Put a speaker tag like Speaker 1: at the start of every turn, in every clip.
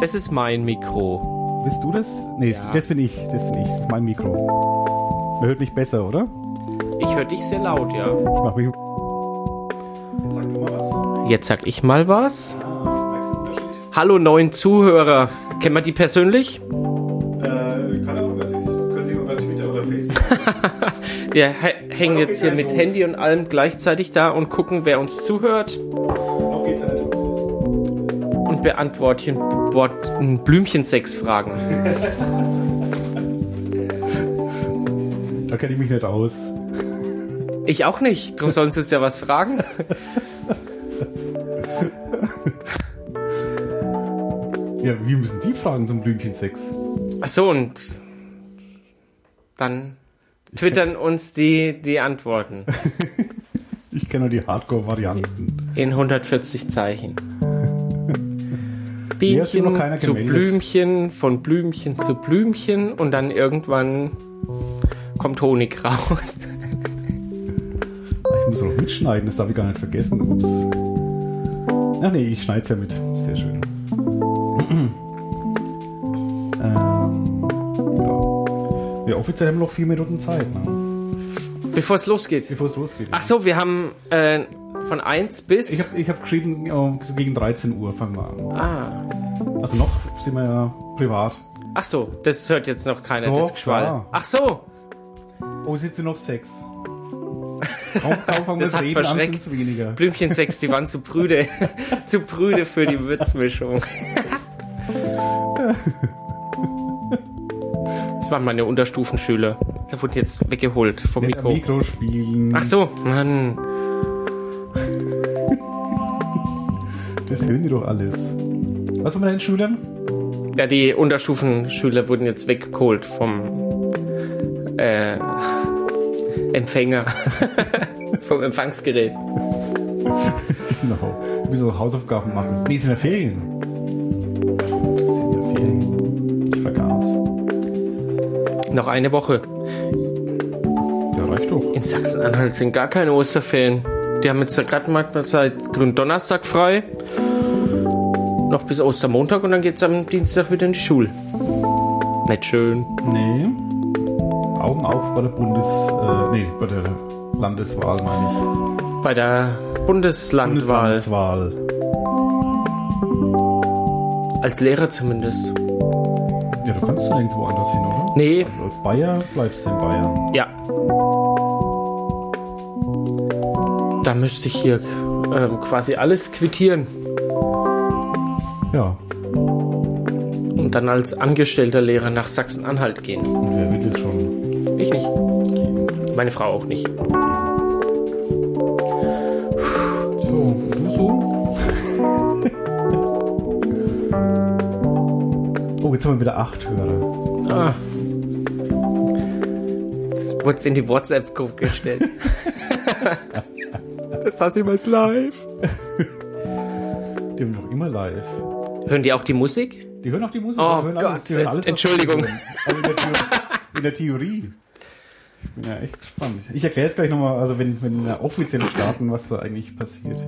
Speaker 1: Das ist mein Mikro.
Speaker 2: Bist du das? Nee,
Speaker 1: Ja.
Speaker 2: das bin ich. Das bin ich. Das ist mein Mikro. Man hört mich besser, oder?
Speaker 1: Ich höre dich sehr laut, ja.
Speaker 2: Ich mach mich. um. Jetzt sag du mal was. Ah,
Speaker 1: Jetzt sag ich mal was.
Speaker 2: Merkst du den Unterschied?
Speaker 1: Hallo neuen Zuhörer. Kennen wir die persönlich?
Speaker 2: Äh, keine Ahnung, was ist. Könnt ihr über Twitter oder Facebook.
Speaker 1: Wir hä- hängen
Speaker 2: Hallo,
Speaker 1: jetzt hier mit
Speaker 2: geht's los?
Speaker 1: Handy und allem gleichzeitig da und gucken, wer uns zuhört
Speaker 2: Noch geht's halt los.
Speaker 1: und beantworten beantworten Blümchen-Sex-Fragen.
Speaker 2: Da kenne ich mich nicht aus.
Speaker 1: Ich auch nicht. Drum sollen sie uns ja was fragen.
Speaker 2: Ja, wie müssen die fragen zum Blümchensex?
Speaker 1: Ach so und dann twittern uns die, die Antworten
Speaker 2: Ich kenne nur die Hardcore-Varianten.
Speaker 1: in 140 Zeichen.
Speaker 2: Nee, hat sich noch keiner
Speaker 1: Bienchen zu
Speaker 2: gemeldet.
Speaker 1: Blümchen, von Blümchen zu Blümchen und dann irgendwann kommt Honig raus.
Speaker 2: Ich muss noch mitschneiden, das darf ich gar nicht vergessen. Ups. Ach nee, ich schneide es ja mit. Sehr schön. ähm, ja. ja, offiziell haben wir noch vier Minuten Zeit, ne?
Speaker 1: Bevor es losgeht.
Speaker 2: bevor es losgeht.
Speaker 1: Ach so, wir haben äh, von 1 bis.
Speaker 2: Ich habe ich hab geschrieben, ja, so gegen 13 Uhr fangen wir an.
Speaker 1: ah.
Speaker 2: Also noch sind wir ja privat.
Speaker 1: Ach so, das hört jetzt noch keiner, das
Speaker 2: Doch,
Speaker 1: Geschwall.
Speaker 2: klar.
Speaker 1: Ach so,
Speaker 2: Oh, sitzen noch sechs. Kaum, kaum fangen wir
Speaker 1: Das
Speaker 2: das
Speaker 1: hat
Speaker 2: reden, an
Speaker 1: verschreckt.
Speaker 2: sind es weniger.
Speaker 1: Blümchen 6, die waren zu prüde. zu prüde für die Würzmischung. Das waren meine Unterstufenschüler. Da wurden jetzt weggeholt vom
Speaker 2: Mit am
Speaker 1: Mikro.
Speaker 2: Mikro spielen.
Speaker 1: Ach so, Mann.
Speaker 2: Das hören die doch alles. Was haben wir denn Schülern?
Speaker 1: Ja, die Unterstufenschüler wurden jetzt weggeholt vom äh, Empfänger. vom Empfangsgerät.
Speaker 2: Genau. Wir müssen noch Hausaufgaben machen. Nee, sind ja Ferien. Sind ja Ferien. Ich vergaß.
Speaker 1: Noch eine Woche.
Speaker 2: Ja, reicht doch.
Speaker 1: In Sachsen-Anhalt sind gar keine Osterferien. Die haben jetzt gerade mal seit Gründonnerstag frei. Noch bis Ostermontag und dann geht's am Dienstag wieder in die Schule. Nicht schön.
Speaker 2: Nee. Augen auf bei der Bundes... Äh, nee, bei der Landeswahl meine ich.
Speaker 1: Bei der Bundeslandwahl.
Speaker 2: Bundeslandeswahl.
Speaker 1: Als Lehrer zumindest.
Speaker 2: Ja, du kannst du nirgendwo anders hin, oder?
Speaker 1: Nee,
Speaker 2: Also als Bayer bleibst du in Bayern.
Speaker 1: ja. Da müsste ich hier ähm, quasi alles quittieren
Speaker 2: Ja.
Speaker 1: und dann als angestellter Lehrer nach Sachsen-Anhalt gehen.
Speaker 2: Und wer will das schon?
Speaker 1: Ich nicht. Meine Frau auch nicht.
Speaker 2: So, nur so. Oh, jetzt haben wir wieder acht Hörer.
Speaker 1: Ah. Das wurde in die WhatsApp-Gruppe gestellt. das hast du was live.
Speaker 2: Die haben noch immer live.
Speaker 1: Hören die auch die Musik?
Speaker 2: Die hören auch die Musik.
Speaker 1: Oh
Speaker 2: die hören
Speaker 1: Gott,
Speaker 2: alles, die hören
Speaker 1: es-
Speaker 2: alles, was
Speaker 1: Entschuldigung.
Speaker 2: sie hören. Also in, der Theor- in der Theorie. Ich bin ja echt gespannt. Ich erkläre es gleich nochmal, also wenn, wenn wir offiziell starten, was da eigentlich passiert.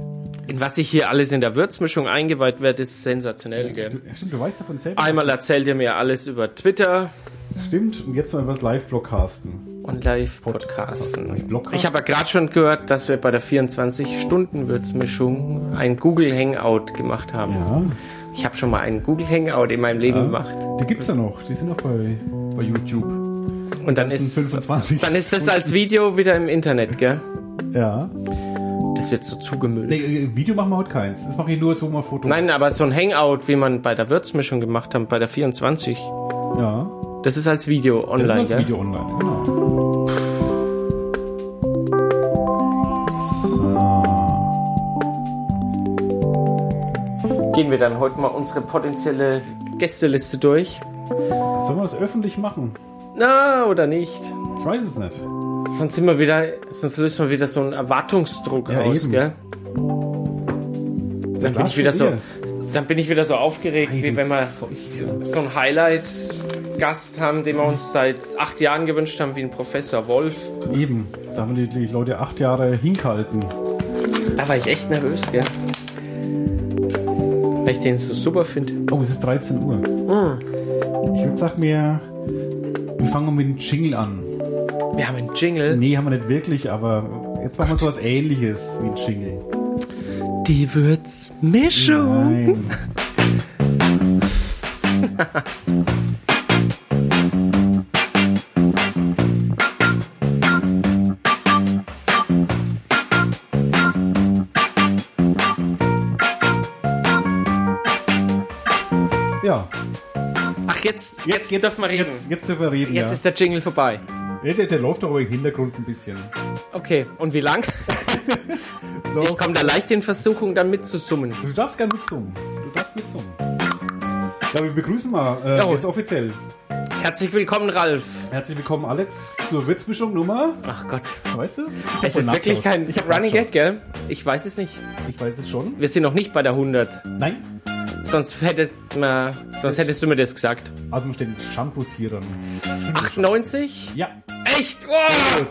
Speaker 1: In was ich hier alles in der Würzmischung eingeweiht werde, ist sensationell,
Speaker 2: Du,
Speaker 1: gell?
Speaker 2: stimmt, du weißt davon selbst.
Speaker 1: Einmal erzählt ihr mir alles über Twitter
Speaker 2: Stimmt, und jetzt mal über das Live-Broadcasten.
Speaker 1: und Live-Podcasten.
Speaker 2: Blockcast?
Speaker 1: Ich habe ja gerade schon gehört, dass wir bei der 24-Stunden-Würzmischung ein Google Hangout gemacht haben.
Speaker 2: Ja,
Speaker 1: Ich habe schon mal einen Google Hangout in meinem Leben gemacht.
Speaker 2: die gibt's ja noch. Die sind auch bei, bei YouTube.
Speaker 1: Und dann
Speaker 2: Das
Speaker 1: ist,
Speaker 2: sind 25.
Speaker 1: dann ist das als Video wieder im Internet, gell?
Speaker 2: Ja.
Speaker 1: Das wird so zugemüllt.
Speaker 2: Nee, äh, Video machen wir heute keins. Das mache ich nur so mal Foto.
Speaker 1: Nein, aber so ein Hangout, wie man bei der Würzmischung gemacht hat, bei der 24,
Speaker 2: Ja.
Speaker 1: das ist als Video
Speaker 2: Das
Speaker 1: online,
Speaker 2: ist das
Speaker 1: gell?
Speaker 2: Video online, genau. So.
Speaker 1: Gehen wir dann heute mal unsere potenzielle Gästeliste durch.
Speaker 2: Sollen wir das öffentlich machen?
Speaker 1: Na, oder nicht?
Speaker 2: Ich weiß es nicht.
Speaker 1: Sonst sind wir wieder, sonst löst man wieder so einen Erwartungsdruck
Speaker 2: Ja,
Speaker 1: aus,
Speaker 2: eben.
Speaker 1: gell? Dann bin, ich wieder so, dann bin ich wieder so aufgeregt, wie wenn wir so einen Highlight-Gast haben, den wir uns seit acht Jahren gewünscht haben, wie ein Professor Wolf.
Speaker 2: Eben, da haben die, die Leute acht Jahre hingehalten.
Speaker 1: Da war ich echt nervös, gell? Weil Ich ich den so super finde.
Speaker 2: Oh, es ist 13 Uhr.
Speaker 1: Ah.
Speaker 2: Ich würde sagen, wir, wir fangen mit dem Jingle an.
Speaker 1: Wir haben einen Jingle.
Speaker 2: Nee, haben wir nicht wirklich, aber jetzt machen wir sowas ähnliches wie ein Jingle.
Speaker 1: Die Würzmischung.
Speaker 2: Nein. Ja,
Speaker 1: Ach, jetzt, jetzt, jetzt dürfen wir reden. Jetzt,
Speaker 2: jetzt, jetzt dürfen wir reden. ja.
Speaker 1: ist der Jingle vorbei.
Speaker 2: Nee, der, der läuft aber im Hintergrund ein bisschen.
Speaker 1: Okay, und wie lang? Ich komme da leicht in Versuchung, dann mitzusummen.
Speaker 2: Du darfst gerne mitsummen. Du darfst mitsummen. Ja, wir begrüßen mal äh,
Speaker 1: Oh.
Speaker 2: jetzt offiziell.
Speaker 1: Herzlich willkommen, Ralf.
Speaker 2: Herzlich willkommen, Alex, zur Witzmischung Nummer.
Speaker 1: Ach Gott.
Speaker 2: Weißt du es? Ich hab
Speaker 1: Es
Speaker 2: wohl
Speaker 1: ist wirklich
Speaker 2: nachgeschaut.
Speaker 1: kein
Speaker 2: Ich hab
Speaker 1: Running Gag,
Speaker 2: nachgeschaut.
Speaker 1: gell? Ich weiß es nicht.
Speaker 2: Ich weiß es schon.
Speaker 1: Wir sind noch nicht bei der 100.
Speaker 2: Nein,
Speaker 1: Sonst, hättest na, sonst hättest du mir das gesagt.
Speaker 2: also stehen Shampoos hier dann.
Speaker 1: 98?
Speaker 2: Ja,
Speaker 1: Echt? Oh!
Speaker 2: gut.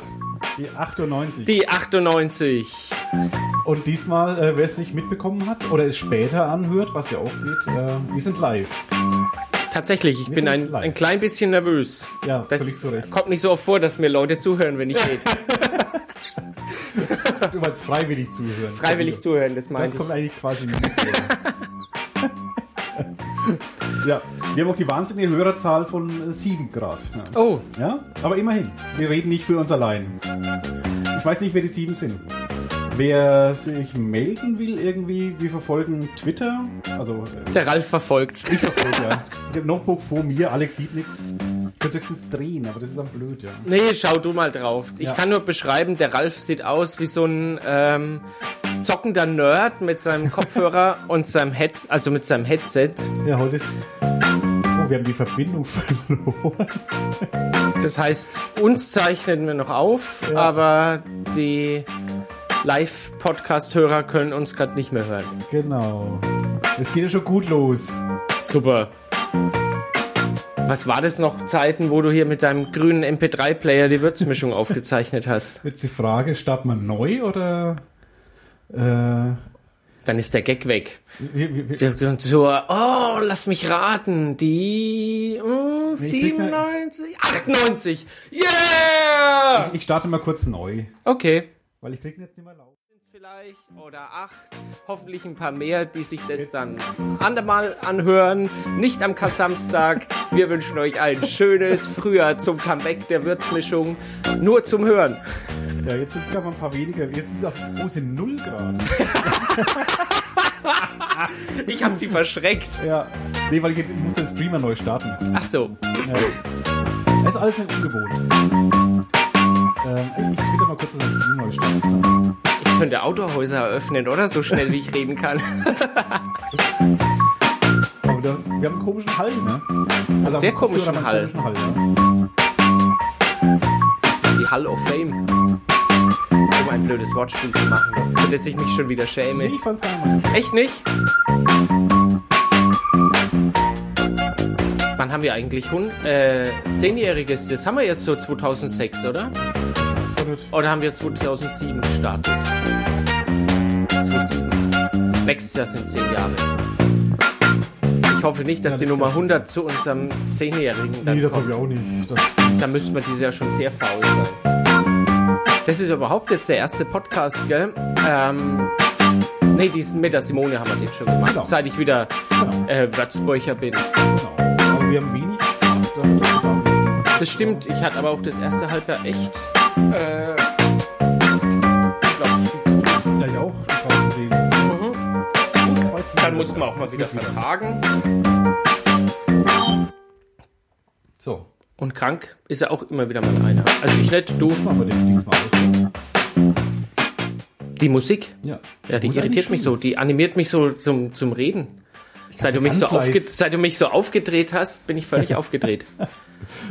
Speaker 2: Die 98.
Speaker 1: Die 98.
Speaker 2: Und diesmal, äh, wer es nicht mitbekommen hat oder es später anhört, was ja auch geht, äh, wir sind live.
Speaker 1: Tatsächlich, ich
Speaker 2: Wir
Speaker 1: bin
Speaker 2: sind
Speaker 1: ein,
Speaker 2: live.
Speaker 1: ein klein bisschen nervös.
Speaker 2: Ja, völlig
Speaker 1: Das
Speaker 2: zu Recht.
Speaker 1: kommt nicht so oft vor, dass mir Leute zuhören, wenn ich rede.
Speaker 2: Du wolltest freiwillig zuhören.
Speaker 1: Freiwillig zuhören, das meine
Speaker 2: Das
Speaker 1: ich.
Speaker 2: kommt eigentlich quasi nie vor. ja, wir haben auch die wahnsinnige Hörerzahl von äh, 7 Grad. Ja.
Speaker 1: Oh,
Speaker 2: ja, aber immerhin. Wir reden nicht für uns allein. Ich weiß nicht, wer die 7 sind. Wer sich melden will irgendwie, wir verfolgen Twitter. Also, äh,
Speaker 1: der Ralf verfolgt's.
Speaker 2: ich verfolge ja. Ich habe Notebook vor mir, Alex sieht nichts. Ich könnte höchstens drehen, aber das ist am blöd, ja.
Speaker 1: Nee, schau du mal drauf. Ich
Speaker 2: Ja.
Speaker 1: kann nur beschreiben, der Ralf sieht aus wie so ein ähm, zockender Nerd mit seinem Kopfhörer und seinem Head, also mit seinem Headset.
Speaker 2: Ja, heute ist. Oh, wir haben die Verbindung verloren.
Speaker 1: Das heißt, uns zeichnen wir noch auf,
Speaker 2: Ja.
Speaker 1: aber die Live-Podcast-Hörer können uns gerade nicht mehr hören.
Speaker 2: genau. Es geht ja schon gut los.
Speaker 1: Super. Was war das noch Zeiten, wo du hier mit deinem grünen MP3-Player die Würzmischung aufgezeichnet hast?
Speaker 2: Jetzt die Frage, startet man neu oder äh,
Speaker 1: Dann ist der Gag weg.
Speaker 2: wie, wie, wie,
Speaker 1: Wir gehen zur, oh, lass mich raten, die mm,
Speaker 2: ich krieg da-
Speaker 1: 97, 98, yeah!
Speaker 2: ich starte mal kurz neu,
Speaker 1: Okay.
Speaker 2: weil ich krieg ihn jetzt nicht mehr laut.
Speaker 1: Vielleicht oder acht, hoffentlich ein paar mehr, die sich das dann andermal anhören, nicht am Kasamstag. Wir wünschen euch ein schönes Frühjahr zum Comeback der Würzmischung, nur zum Hören.
Speaker 2: Ja, jetzt sind es gerade mal ein paar weniger. Jetzt sind es auf oh, es sind 0 Grad.
Speaker 1: Ich hab sie verschreckt.
Speaker 2: Ja. Nee, weil ich, jetzt- ich muss den Streamer neu starten.
Speaker 1: Ach so,
Speaker 2: Ja. Ist alles nicht ungewohnt. Ähm, ich will doch mal kurz den Streamer neu starten.
Speaker 1: ich könnte Autohäuser eröffnen, oder? So schnell, wie ich reden kann.
Speaker 2: Aber da, wir haben einen komischen Hall, ne? Also
Speaker 1: sehr
Speaker 2: auf dem
Speaker 1: komischen
Speaker 2: Kopfhörer haben wir einen komischen Hall ne? ja.
Speaker 1: Das ist die Hall of Fame. Um ein blödes Wortspiel zu machen, für das ich mich schon wieder
Speaker 2: Nee,
Speaker 1: schäme.
Speaker 2: ich fand's gar nicht.
Speaker 1: Echt nicht? Wann haben wir eigentlich Hund? Äh, Zehnjähriges, das haben wir jetzt so 2006, oder?
Speaker 2: Das war nicht-
Speaker 1: Oder haben wir 2007 gestartet? 2007. Nächstes Jahr sind zehn Jahre. Ich hoffe nicht, dass
Speaker 2: Ja,
Speaker 1: die
Speaker 2: das ist
Speaker 1: Nummer
Speaker 2: ja-
Speaker 1: 100 zu unserem Zehnjährigen dann
Speaker 2: Nee, das hab
Speaker 1: kommt.
Speaker 2: ich auch nicht. Das,
Speaker 1: Da müsste man dieses Jahr schon sehr faul sein. Das ist überhaupt jetzt der erste Podcast, gell? Ähm, nee, diesen mit der Simone haben wir den schon gemacht,
Speaker 2: Genau.
Speaker 1: seit ich wieder
Speaker 2: genau.
Speaker 1: äh, Würzburger bin.
Speaker 2: Genau. Aber wir haben wenig. Da- da- da-
Speaker 1: Das stimmt, ich hatte aber auch das erste Halbjahr echt. Äh, unglaublich viel zu tun.
Speaker 2: Ja, ich auch. Das war ein Problem.
Speaker 1: Mhm.
Speaker 2: Oh, zwei zu
Speaker 1: Dann
Speaker 2: null.
Speaker 1: mussten wir auch mal wieder vertagen.
Speaker 2: So,
Speaker 1: Und krank ist ja auch immer wieder mal einer. Also ich nicht, du.
Speaker 2: machen wir den Dings mal aus.
Speaker 1: Die Musik,
Speaker 2: Ja,
Speaker 1: ja, die
Speaker 2: Muss
Speaker 1: irritiert
Speaker 2: eigentlich
Speaker 1: mich so,
Speaker 2: schön
Speaker 1: die animiert mich so zum, zum Reden. Seit du, mich
Speaker 2: ganz
Speaker 1: so aufge
Speaker 2: leise.
Speaker 1: seit du mich so aufgedreht hast, bin ich völlig aufgedreht.
Speaker 2: sein.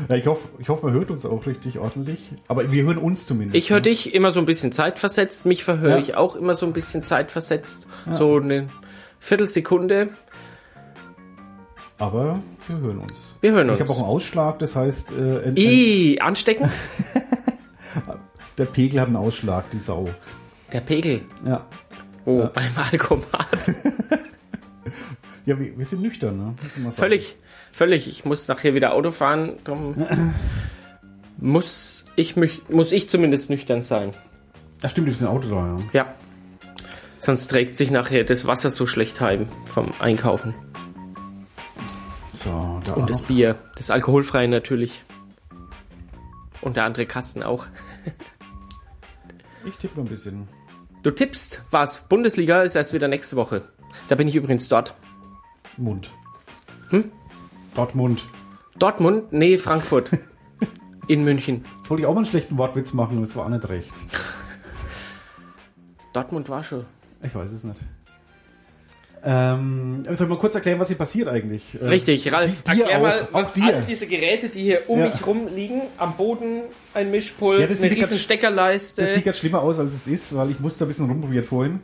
Speaker 2: Ja, ich hoffe, ich hoffe, man hört uns auch richtig ordentlich. Aber wir hören uns zumindest.
Speaker 1: Ich höre dich immer so ein bisschen zeitversetzt, mich verhöre
Speaker 2: Ja.
Speaker 1: ich auch immer so ein bisschen zeitversetzt. So eine Viertelsekunde.
Speaker 2: Aber wir hören uns.
Speaker 1: Wir hören
Speaker 2: Ich habe auch
Speaker 1: uns.
Speaker 2: einen Ausschlag, das heißt, äh, ein, ein,
Speaker 1: I, anstecken?
Speaker 2: der Pegel hat einen Ausschlag, die Sau.
Speaker 1: Der Pegel.
Speaker 2: Ja.
Speaker 1: Oh, beim Alkomat.
Speaker 2: Ja, wir, wir sind nüchtern, ne? Muss man sagen.
Speaker 1: Völlig, völlig. Ich muss nachher wieder Auto fahren, darum muss ich, mich, muss ich zumindest nüchtern sein.
Speaker 2: Ach stimmt, du bist ein Auto da, ja.
Speaker 1: Ja. Sonst trägt sich nachher das Wasser so schlecht heim vom Einkaufen.
Speaker 2: So, da auch
Speaker 1: Und das
Speaker 2: noch.
Speaker 1: Bier, das alkoholfreie natürlich. Und der andere Kasten auch.
Speaker 2: Ich tippe noch ein bisschen.
Speaker 1: Du tippst, was? Bundesliga ist erst wieder nächste Woche. Da bin ich übrigens dort.
Speaker 2: Mund.
Speaker 1: Hm?
Speaker 2: Dortmund.
Speaker 1: Dortmund? Nee, Frankfurt. In München.
Speaker 2: Jetzt wollte ich auch mal einen schlechten Wortwitz machen, das war auch nicht recht.
Speaker 1: Dortmund war schon.
Speaker 2: Ich weiß es nicht. Ähm, soll ich mal kurz erklären, was hier passiert eigentlich? Äh,
Speaker 1: Richtig, Ralf,
Speaker 2: dir
Speaker 1: erklär
Speaker 2: auch,
Speaker 1: mal,
Speaker 2: auch
Speaker 1: was
Speaker 2: dir.
Speaker 1: all diese Geräte, die hier um
Speaker 2: Ja.
Speaker 1: mich rum liegen, am Boden ein Mischpult,
Speaker 2: Ja, das
Speaker 1: eine
Speaker 2: sieht
Speaker 1: riesen
Speaker 2: ganz- Das
Speaker 1: Steckerleiste.
Speaker 2: sieht ganz schlimmer aus, als es ist, weil ich musste ein bisschen rumprobieren vorhin.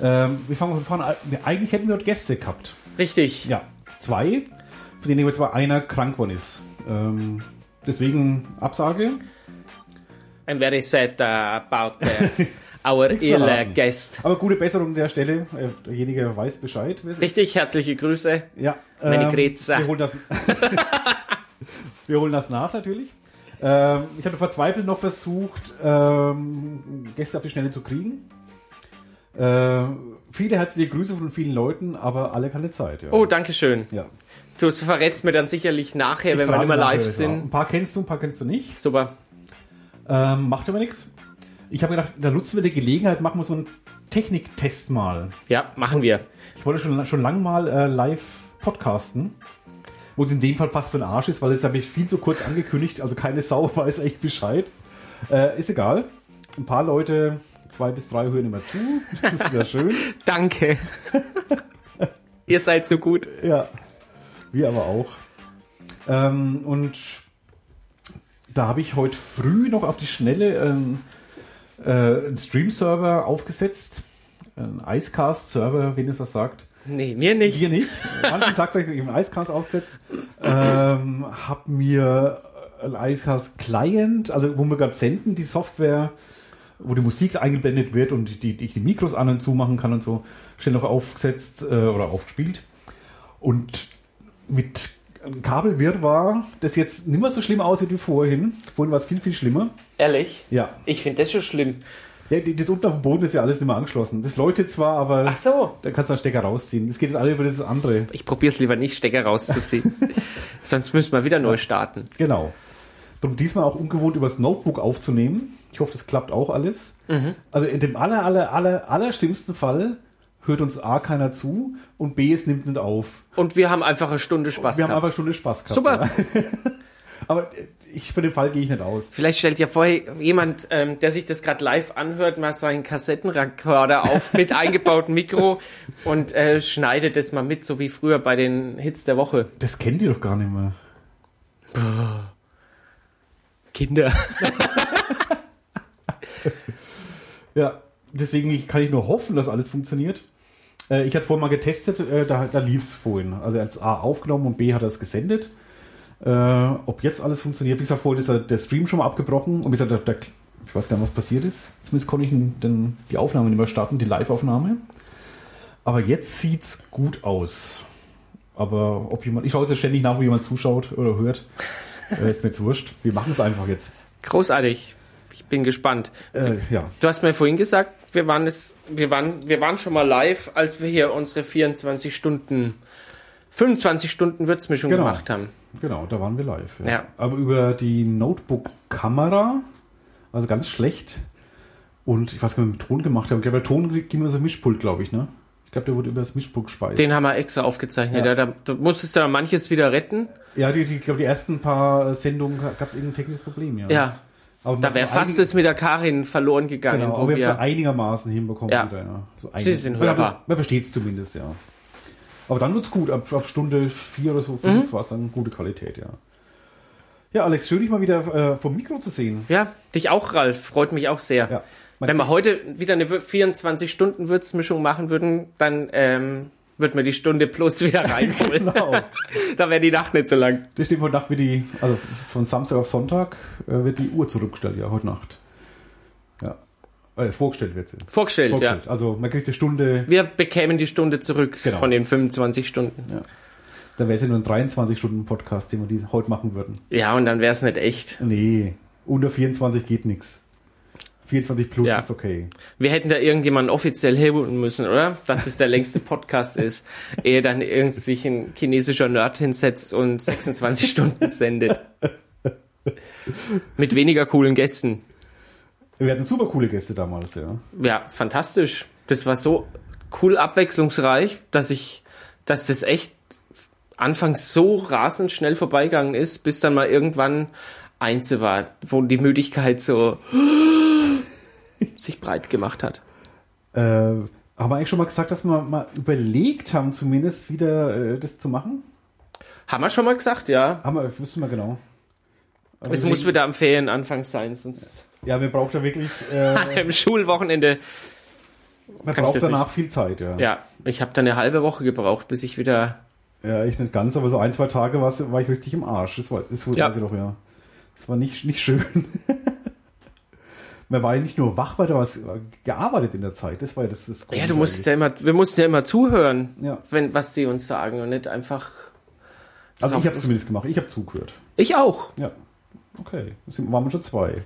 Speaker 2: Ähm, wir fangen von vorne an. Wir- Eigentlich hätten wir dort Gäste gehabt.
Speaker 1: Richtig.
Speaker 2: Ja, zwei, von denen jetzt war einer krank geworden ist. Ähm, deswegen Absage.
Speaker 1: I'm very sad uh, about the, our
Speaker 2: Nichts
Speaker 1: ill uh,
Speaker 2: verraten.
Speaker 1: guest.
Speaker 2: Aber gute Besserung an der Stelle. Äh, Derjenige weiß Bescheid. wer es ist.
Speaker 1: Richtig, herzliche Grüße.
Speaker 2: Ja. ähm,
Speaker 1: Meine Greza.
Speaker 2: Wir holen das, wir holen das nach natürlich. Ähm, ich hatte verzweifelt noch versucht, ähm, Gäste auf die Schnelle zu kriegen. Äh, viele herzliche Grüße von vielen Leuten, aber alle keine Zeit. Ja.
Speaker 1: Oh, danke schön.
Speaker 2: ja.
Speaker 1: Du verrätst mir dann sicherlich nachher, wenn wir
Speaker 2: Frage
Speaker 1: nicht mehr
Speaker 2: nach,
Speaker 1: live
Speaker 2: wer es war. Ein
Speaker 1: sind.
Speaker 2: paar kennst du, ein paar kennst du nicht.
Speaker 1: Super.
Speaker 2: Ähm, macht aber nichts. Ich habe gedacht, da nutzen wir die Gelegenheit, machen wir so einen Techniktest mal.
Speaker 1: Ja, machen wir.
Speaker 2: Ich wollte schon, schon lange mal äh, live podcasten. Wo es in dem Fall fast für den Arsch ist, weil es habe ich viel zu kurz angekündigt, also keine Sau weiß echt Bescheid. Äh, ist egal. Ein paar Leute, zwei bis drei hören immer zu. Das ist ja schön.
Speaker 1: Danke. Ihr seid so gut.
Speaker 2: Ja. Wir aber auch. Ähm, und da habe ich heute früh noch auf die Schnelle ähm, äh, einen Stream-Server aufgesetzt. Einen Icecast-Server, wen es das sagt.
Speaker 1: Nee, mir nicht.
Speaker 2: Hier nicht. Manchen sagt, dass ich einen Icecast aufgesetzt. Ähm, hab mir einen Icecast-Client, also wo wir gerade senden, die Software, wo die Musik eingeblendet wird und die, die ich die Mikros an und zu machen kann und so, schnell noch aufgesetzt äh, oder aufgespielt. Und mit einem Kabelwirrwarr, das jetzt nicht mehr so schlimm aussieht wie vorhin. Vorhin war es viel, viel schlimmer.
Speaker 1: Ehrlich?
Speaker 2: Ja.
Speaker 1: Ich finde das schon schlimm.
Speaker 2: ja die- das unten auf dem Boden ist ja alles nicht mehr angeschlossen. Das läutet zwar, aber
Speaker 1: Ach so.
Speaker 2: da kannst du einen Stecker rausziehen. Das geht jetzt alle über das andere.
Speaker 1: Ich probiere es lieber nicht, Stecker rauszuziehen. Sonst müssen wir wieder neu starten.
Speaker 2: Genau. Drum diesmal auch ungewohnt übers Notebook aufzunehmen. Ich hoffe, das klappt auch alles. Also in dem aller, aller, aller, aller schlimmsten Fall hört uns A keiner zu und B es nimmt nicht auf.
Speaker 1: Und wir haben einfach eine Stunde Spaß
Speaker 2: Wir haben
Speaker 1: gehabt.
Speaker 2: einfach Stunde Spaß gehabt.
Speaker 1: Super.
Speaker 2: Ja. Aber ich, für den Fall gehe ich nicht aus.
Speaker 1: Vielleicht stellt ja vorher jemand, ähm, der sich das gerade live anhört, mal seinen Kassettenrekorder auf mit eingebautem Mikro und äh, schneidet das mal mit, so wie früher bei den Hits der Woche.
Speaker 2: Das kennt ihr doch gar nicht mehr.
Speaker 1: Kinder.
Speaker 2: Ja, deswegen kann ich nur hoffen, dass alles funktioniert. Äh, ich hatte vorhin mal getestet, äh, da, da lief es vorhin. Also als A aufgenommen und B hat er es gesendet. Äh, ob jetzt alles funktioniert, wie gesagt, vorhin ist der- der Stream schon mal abgebrochen und wie gesagt, der, der, ich weiß gar nicht, was passiert ist. Zumindest konnte ich den, den, die Aufnahme nicht mehr starten, die Live-Aufnahme. Aber jetzt sieht's gut aus. Aber ob jemand, ich schaue jetzt ständig nach, ob jemand zuschaut oder hört. Äh, ist mir jetzt wurscht. Wir machen es einfach jetzt.
Speaker 1: Großartig. Ich bin gespannt.
Speaker 2: Äh, ja.
Speaker 1: Du hast mir vorhin gesagt, wir waren es, wir waren, wir waren schon mal live, als wir hier unsere 24 Stunden, 25 Stunden Würzmischung
Speaker 2: Genau.
Speaker 1: gemacht haben.
Speaker 2: Genau, da waren wir live.
Speaker 1: Ja.
Speaker 2: Aber über die Notebook-Kamera, also ganz schlecht. Und ich weiß gar nicht, was wir mit Ton gemacht haben. Ich glaube, der Ton ging über das Mischpult, glaube ich, ne? Ich glaube, der wurde über das Mischpult gespeist.
Speaker 1: Den haben wir extra aufgezeichnet.
Speaker 2: Ja.
Speaker 1: Ja. Da, da musstest du dann manches wieder retten.
Speaker 2: ja, die, die, ich glaube, die ersten paar Sendungen gab es irgendein technisches Problem, ja.
Speaker 1: Ja.
Speaker 2: aber
Speaker 1: Da wäre fast es mit der Karin verloren gegangen.
Speaker 2: Genau,
Speaker 1: wo
Speaker 2: aber wir haben es
Speaker 1: wir,
Speaker 2: einigermaßen hinbekommen.
Speaker 1: Ja.
Speaker 2: Wieder, ja. So
Speaker 1: Sie
Speaker 2: einig-
Speaker 1: sind
Speaker 2: man,
Speaker 1: hörbar.
Speaker 2: man versteht es zumindest, ja. Aber dann wird's gut. Ab, ab Stunde vier oder so,
Speaker 1: Mhm.
Speaker 2: fünf war es dann gute Qualität, ja. Ja, Alex, schön, dich mal wieder äh, vom Mikro zu sehen.
Speaker 1: ja, dich auch, Ralf. Freut mich auch sehr.
Speaker 2: Ja.
Speaker 1: Wenn wir heute wieder eine 24-Stunden-Würzmischung machen würden, dann ähm, würden wir die Stunde plus wieder reinholen.
Speaker 2: genau.
Speaker 1: da wäre die Nacht nicht so lang.
Speaker 2: Das stimmt, heute Nacht wird die, also von Samstag auf Sonntag äh, wird die Uhr zurückgestellt, ja, heute Nacht. Ja. Äh, vorgestellt wird sie.
Speaker 1: Vorgestellt,
Speaker 2: Vorgestellt. Also man kriegt eine Stunde,
Speaker 1: ja. Wir bekämen die Stunde zurück
Speaker 2: Genau.
Speaker 1: von den 25 Stunden.
Speaker 2: da wäre es ja nur ein 23-Stunden-Podcast, den wir diesen, heute machen würden.
Speaker 1: Ja, und dann wäre es nicht echt.
Speaker 2: Nee, unter 24 geht nichts. 24 plus
Speaker 1: Ja.
Speaker 2: ist okay.
Speaker 1: Wir hätten da irgendjemanden offiziell herholen müssen, oder? Dass es der längste Podcast ist, ehe dann irgend sich ein chinesischer Nerd hinsetzt und 26 Stunden sendet. Mit weniger coolen Gästen.
Speaker 2: Wir hatten super coole Gäste damals, ja.
Speaker 1: Ja, fantastisch. Das war so cool abwechslungsreich, dass ich, dass das echt anfangs so rasend schnell vorbeigegangen ist, bis dann mal irgendwann eins war, wo die Müdigkeit so sich breit gemacht hat.
Speaker 2: Äh, haben wir eigentlich schon mal gesagt, dass wir mal überlegt haben, zumindest wieder äh, das zu machen?
Speaker 1: Haben wir schon mal gesagt, ja.
Speaker 2: Haben wir, wüssten wir genau. Aber
Speaker 1: Es
Speaker 2: wir-
Speaker 1: muss wieder am Ferienanfang sein, sonst
Speaker 2: ja, wir brauchen da wirklich, äh,
Speaker 1: im Schulwochenende.
Speaker 2: man
Speaker 1: Kann ich
Speaker 2: braucht
Speaker 1: das
Speaker 2: danach viel Zeit, ja.
Speaker 1: Ja, ich habe da eine halbe Woche gebraucht, bis ich wieder.
Speaker 2: Ja, ich nicht ganz, aber so ein, zwei Tage war's- war ich richtig im Arsch. Das, war, das
Speaker 1: Ja.
Speaker 2: weiß ich doch, ja. Das war nicht, nicht schön. Man war ja nicht nur wach, weil da was gearbeitet in der Zeit. Das war ja das, das
Speaker 1: Ja, du musstest ja immer, wir mussten ja immer zuhören,
Speaker 2: Ja.
Speaker 1: wenn was die uns sagen und nicht einfach.
Speaker 2: Also
Speaker 1: genau
Speaker 2: ich habe zumindest gemacht. Ich habe zugehört.
Speaker 1: Ich auch.
Speaker 2: Ja. Okay. Das sind, waren wir schon zwei.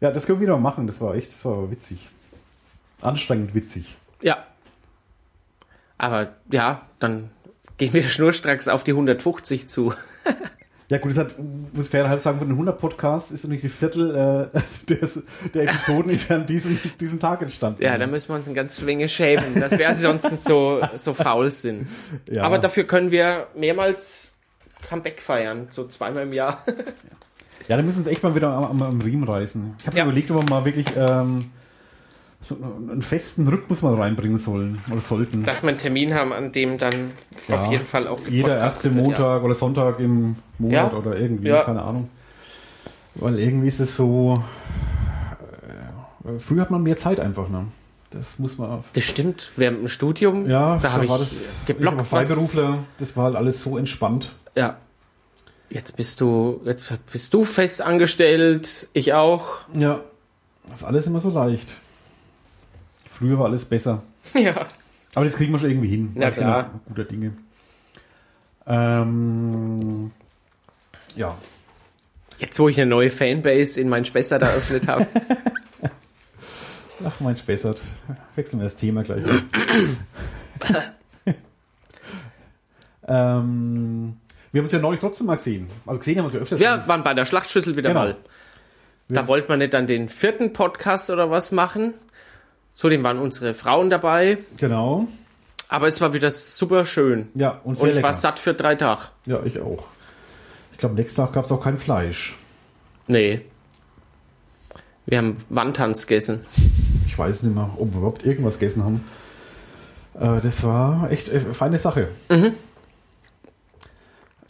Speaker 2: ja, das können wir wieder mal machen. Das war echt, das war witzig. Anstrengend witzig.
Speaker 1: Ja. Aber ja, dann gehen wir schnurstracks auf die 150 zu.
Speaker 2: Ja gut, es hat, muss fairerhalb sagen, von den 100 Podcasts ist nämlich die Viertel äh, des, der Episoden ist ja an diesem, diesem Tag entstanden.
Speaker 1: Ja, da müssen wir uns ein ganz Schwinge schämen, dass wir ansonsten so, so faul sind.
Speaker 2: Ja.
Speaker 1: Aber dafür können wir mehrmals Comeback feiern, so zweimal im Jahr.
Speaker 2: ja, da müssen wir uns echt mal wieder am, am, am Riemen reißen. Ich habe
Speaker 1: Ja.
Speaker 2: überlegt, ob wir mal wirklich ähm, so einen festen Rhythmus mal reinbringen sollen oder sollten.
Speaker 1: Dass wir einen Termin haben, an dem dann
Speaker 2: Ja.
Speaker 1: auf jeden Fall auch
Speaker 2: Jeder
Speaker 1: gepodcastet wird,
Speaker 2: erste
Speaker 1: Ja.
Speaker 2: Montag oder Sonntag im Monat
Speaker 1: Ja.
Speaker 2: oder irgendwie,
Speaker 1: Ja.
Speaker 2: keine Ahnung. Weil irgendwie ist es so. Äh, früher hat man mehr Zeit einfach, ne? Das muss man.
Speaker 1: Das stimmt. Während dem Studium,
Speaker 2: Ja,
Speaker 1: da habe ich geblockt.
Speaker 2: ich war
Speaker 1: was-
Speaker 2: Freiberufler, das war halt alles so entspannt.
Speaker 1: Ja. Jetzt bist du, jetzt bist du fest angestellt, ich auch.
Speaker 2: Ja. Das ist alles immer so leicht. Früher war alles besser.
Speaker 1: Ja.
Speaker 2: Aber das kriegen wir schon irgendwie hin.
Speaker 1: Na
Speaker 2: Also
Speaker 1: klar.
Speaker 2: bin ich Guter Dinge. Ähm, ja.
Speaker 1: Jetzt, wo ich eine neue Fanbase in mein Spessart eröffnet habe.
Speaker 2: Ach, mein Spessert. Wechseln wir das Thema gleich. ähm, wir haben uns ja neulich trotzdem mal gesehen. Also gesehen haben wir uns ja öfter
Speaker 1: Wir waren bei der Schlachtschüssel wieder
Speaker 2: Genau.
Speaker 1: mal. Da wollte man nicht dann den vierten Podcast oder was machen. Zudem waren unsere Frauen dabei.
Speaker 2: schon. Genau.
Speaker 1: Aber es war wieder super schön.
Speaker 2: Ja, und, sehr
Speaker 1: Und ich
Speaker 2: lecker.
Speaker 1: war satt für drei Tage.
Speaker 2: Ja, ich auch. Ich glaube, am nächsten Tag gab es auch kein Fleisch.
Speaker 1: Nee. Wir haben Wantans gegessen.
Speaker 2: Ich weiß nicht mehr, ob wir überhaupt irgendwas gegessen haben. Äh, das war echt äh, feine Sache.
Speaker 1: Mhm.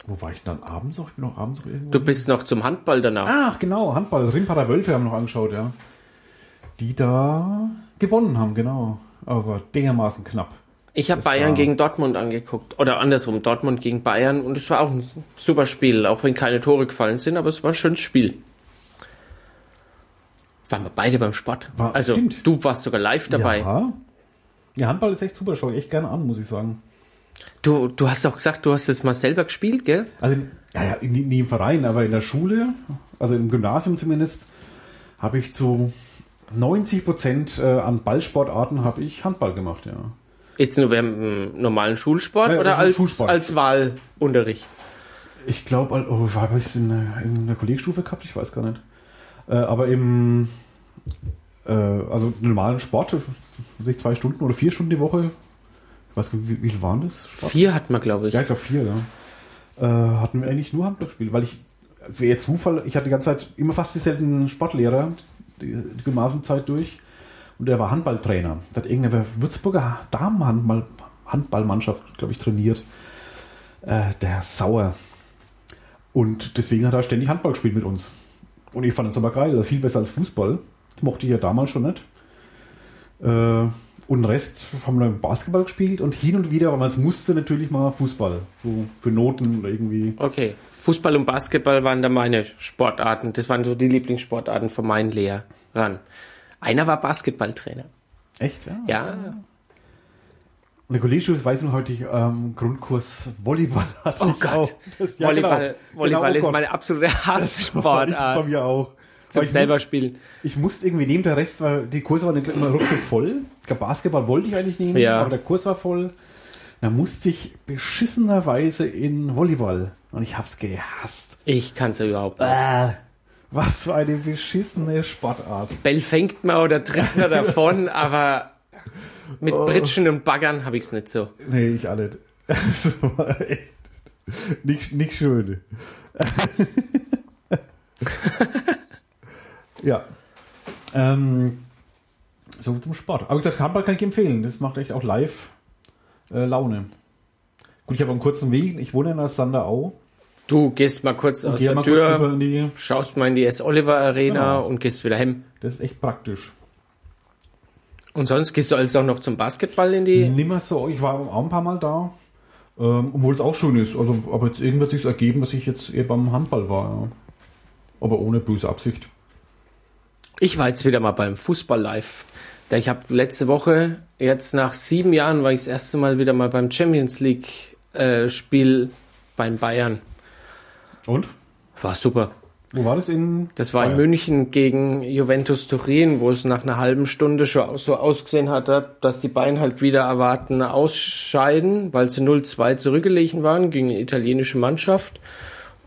Speaker 2: Wo war ich denn dann abends noch? Ich bin noch abends noch irgendwo.
Speaker 1: Du bist noch zum Handball danach.
Speaker 2: Ach, genau, Handball. Rimparer Wölfe haben wir noch angeschaut, ja. Die da gewonnen haben, genau. Aber dermaßen knapp.
Speaker 1: Ich habe
Speaker 2: Das
Speaker 1: Bayern
Speaker 2: war-
Speaker 1: gegen Dortmund angeguckt. Oder andersrum, Dortmund gegen Bayern. Und es war auch ein super Spiel, auch wenn keine Tore gefallen sind, aber es war ein schönes Spiel. Waren wir beide beim Sport.
Speaker 2: War-
Speaker 1: also
Speaker 2: stimmt.
Speaker 1: du warst sogar live dabei.
Speaker 2: Ja. ja, Handball ist echt super, schaue ich echt gerne an, muss ich sagen.
Speaker 1: Du, du hast auch gesagt, du hast es mal selber gespielt, gell?
Speaker 2: Also, ja, ja, nie, nie im Verein, aber in der Schule, also im Gymnasium zumindest, habe ich zu 90 Prozent äh, an Ballsportarten habe ich Handball gemacht, ja.
Speaker 1: Jetzt nur beim mm, normalen Schulsport
Speaker 2: Ja, ja,
Speaker 1: oder
Speaker 2: das ist
Speaker 1: als,
Speaker 2: Schulsport.
Speaker 1: als Wahlunterricht?
Speaker 2: Ich glaube, oh, habe ich es in, der- in der Kollegstufe gehabt? Ich weiß gar nicht. Äh, aber im äh, also normalen Sport, sich zwei Stunden oder vier Stunden die Woche, ich weiß nicht, wie, wie viel waren das? Sport?
Speaker 1: Vier hat man, glaube ich.
Speaker 2: Ja, ich glaube vier, ja. Äh, hatten wir eigentlich nur Handballspiele, weil ich, es wäre jetzt Zufall, ich hatte die ganze Zeit immer fast dieselben Sportlehrer, die, die Gymnasiumzeit durch, und der war Handballtrainer. Da hat irgendeine Würzburger Damenhandball, Handballmannschaft, glaube ich, trainiert. Äh, der Herr Sauer. Und deswegen hat er ständig Handball gespielt mit uns. Und ich fand das aber geil, das ist viel besser als Fußball. Das mochte ich ja damals schon nicht. Äh, und den Rest haben wir Basketball gespielt und hin und wieder, weil man es musste, natürlich mal Fußball. So für Noten oder irgendwie.
Speaker 1: Okay. Fußball und Basketball waren da meine Sportarten. Das waren so die Lieblingssportarten von meinen Lehrern. Einer war Basketballtrainer.
Speaker 2: Echt?
Speaker 1: Ja,
Speaker 2: Ah. Und der Kollege ist, weiß noch heute, ich, ähm, Grundkurs Volleyball hatte
Speaker 1: Oh
Speaker 2: ich
Speaker 1: Gott.
Speaker 2: auch. Das- ja,
Speaker 1: Volleyball,
Speaker 2: genau.
Speaker 1: Volleyball
Speaker 2: Genau, oh
Speaker 1: ist
Speaker 2: Gott.
Speaker 1: meine absolute
Speaker 2: Bei
Speaker 1: Hasssportart.
Speaker 2: mir auch.
Speaker 1: Zum
Speaker 2: Aber ich,
Speaker 1: selber spielen.
Speaker 2: ich musste irgendwie nehmen, der Rest war, die Kurse waren immer ruckzuck voll. Ich glaube, Basketball wollte ich eigentlich nehmen,
Speaker 1: Ja.
Speaker 2: aber der Kurs war voll. Da musste ich beschissenerweise in Volleyball. Und ich hab's gehasst.
Speaker 1: Ich kann es überhaupt nicht.
Speaker 2: Äh, was für eine beschissene Sportart.
Speaker 1: Bell fängt man oder tritt man davon, aber mit
Speaker 2: Oh.
Speaker 1: Britschen und Baggern habe ich es nicht so.
Speaker 2: Nee, ich alle. Das war echt nicht, nicht schön. ja. Ähm, so zum Sport. Aber wie gesagt, Handball kann ich empfehlen. Das macht echt auch live äh, Laune. Gut, ich habe einen kurzen Weg. Ich wohne in der Sanderau.
Speaker 1: Du gehst mal kurz aus
Speaker 2: Geh
Speaker 1: der
Speaker 2: mal kurz rüber
Speaker 1: Tür,
Speaker 2: in die.
Speaker 1: schaust mal in die S. Oliver Arena
Speaker 2: Genau.
Speaker 1: und gehst wieder heim.
Speaker 2: Das ist echt praktisch.
Speaker 1: Und sonst gehst du also auch noch zum Basketball in die.
Speaker 2: Nimmer so. Ich war auch ein paar Mal da. Ähm, obwohl es auch schön ist. Also, aber jetzt irgendwas hat sich ergeben, dass ich jetzt eher beim Handball war. Ja. Aber ohne böse Absicht.
Speaker 1: Ich war jetzt wieder mal beim Fußball live. Da ich habe letzte Woche, jetzt nach sieben Jahren, war ich das erste Mal wieder mal beim Champions League äh, Spiel beim Bayern.
Speaker 2: Und?
Speaker 1: War super.
Speaker 2: Wo war das in?
Speaker 1: Das war in
Speaker 2: Bayern?
Speaker 1: München gegen Juventus Turin, wo es nach einer halben Stunde schon so ausgesehen hat, dass die Bayern halt wieder erwarten ausscheiden, weil sie 0-2 zurückgelegen waren gegen eine italienische Mannschaft.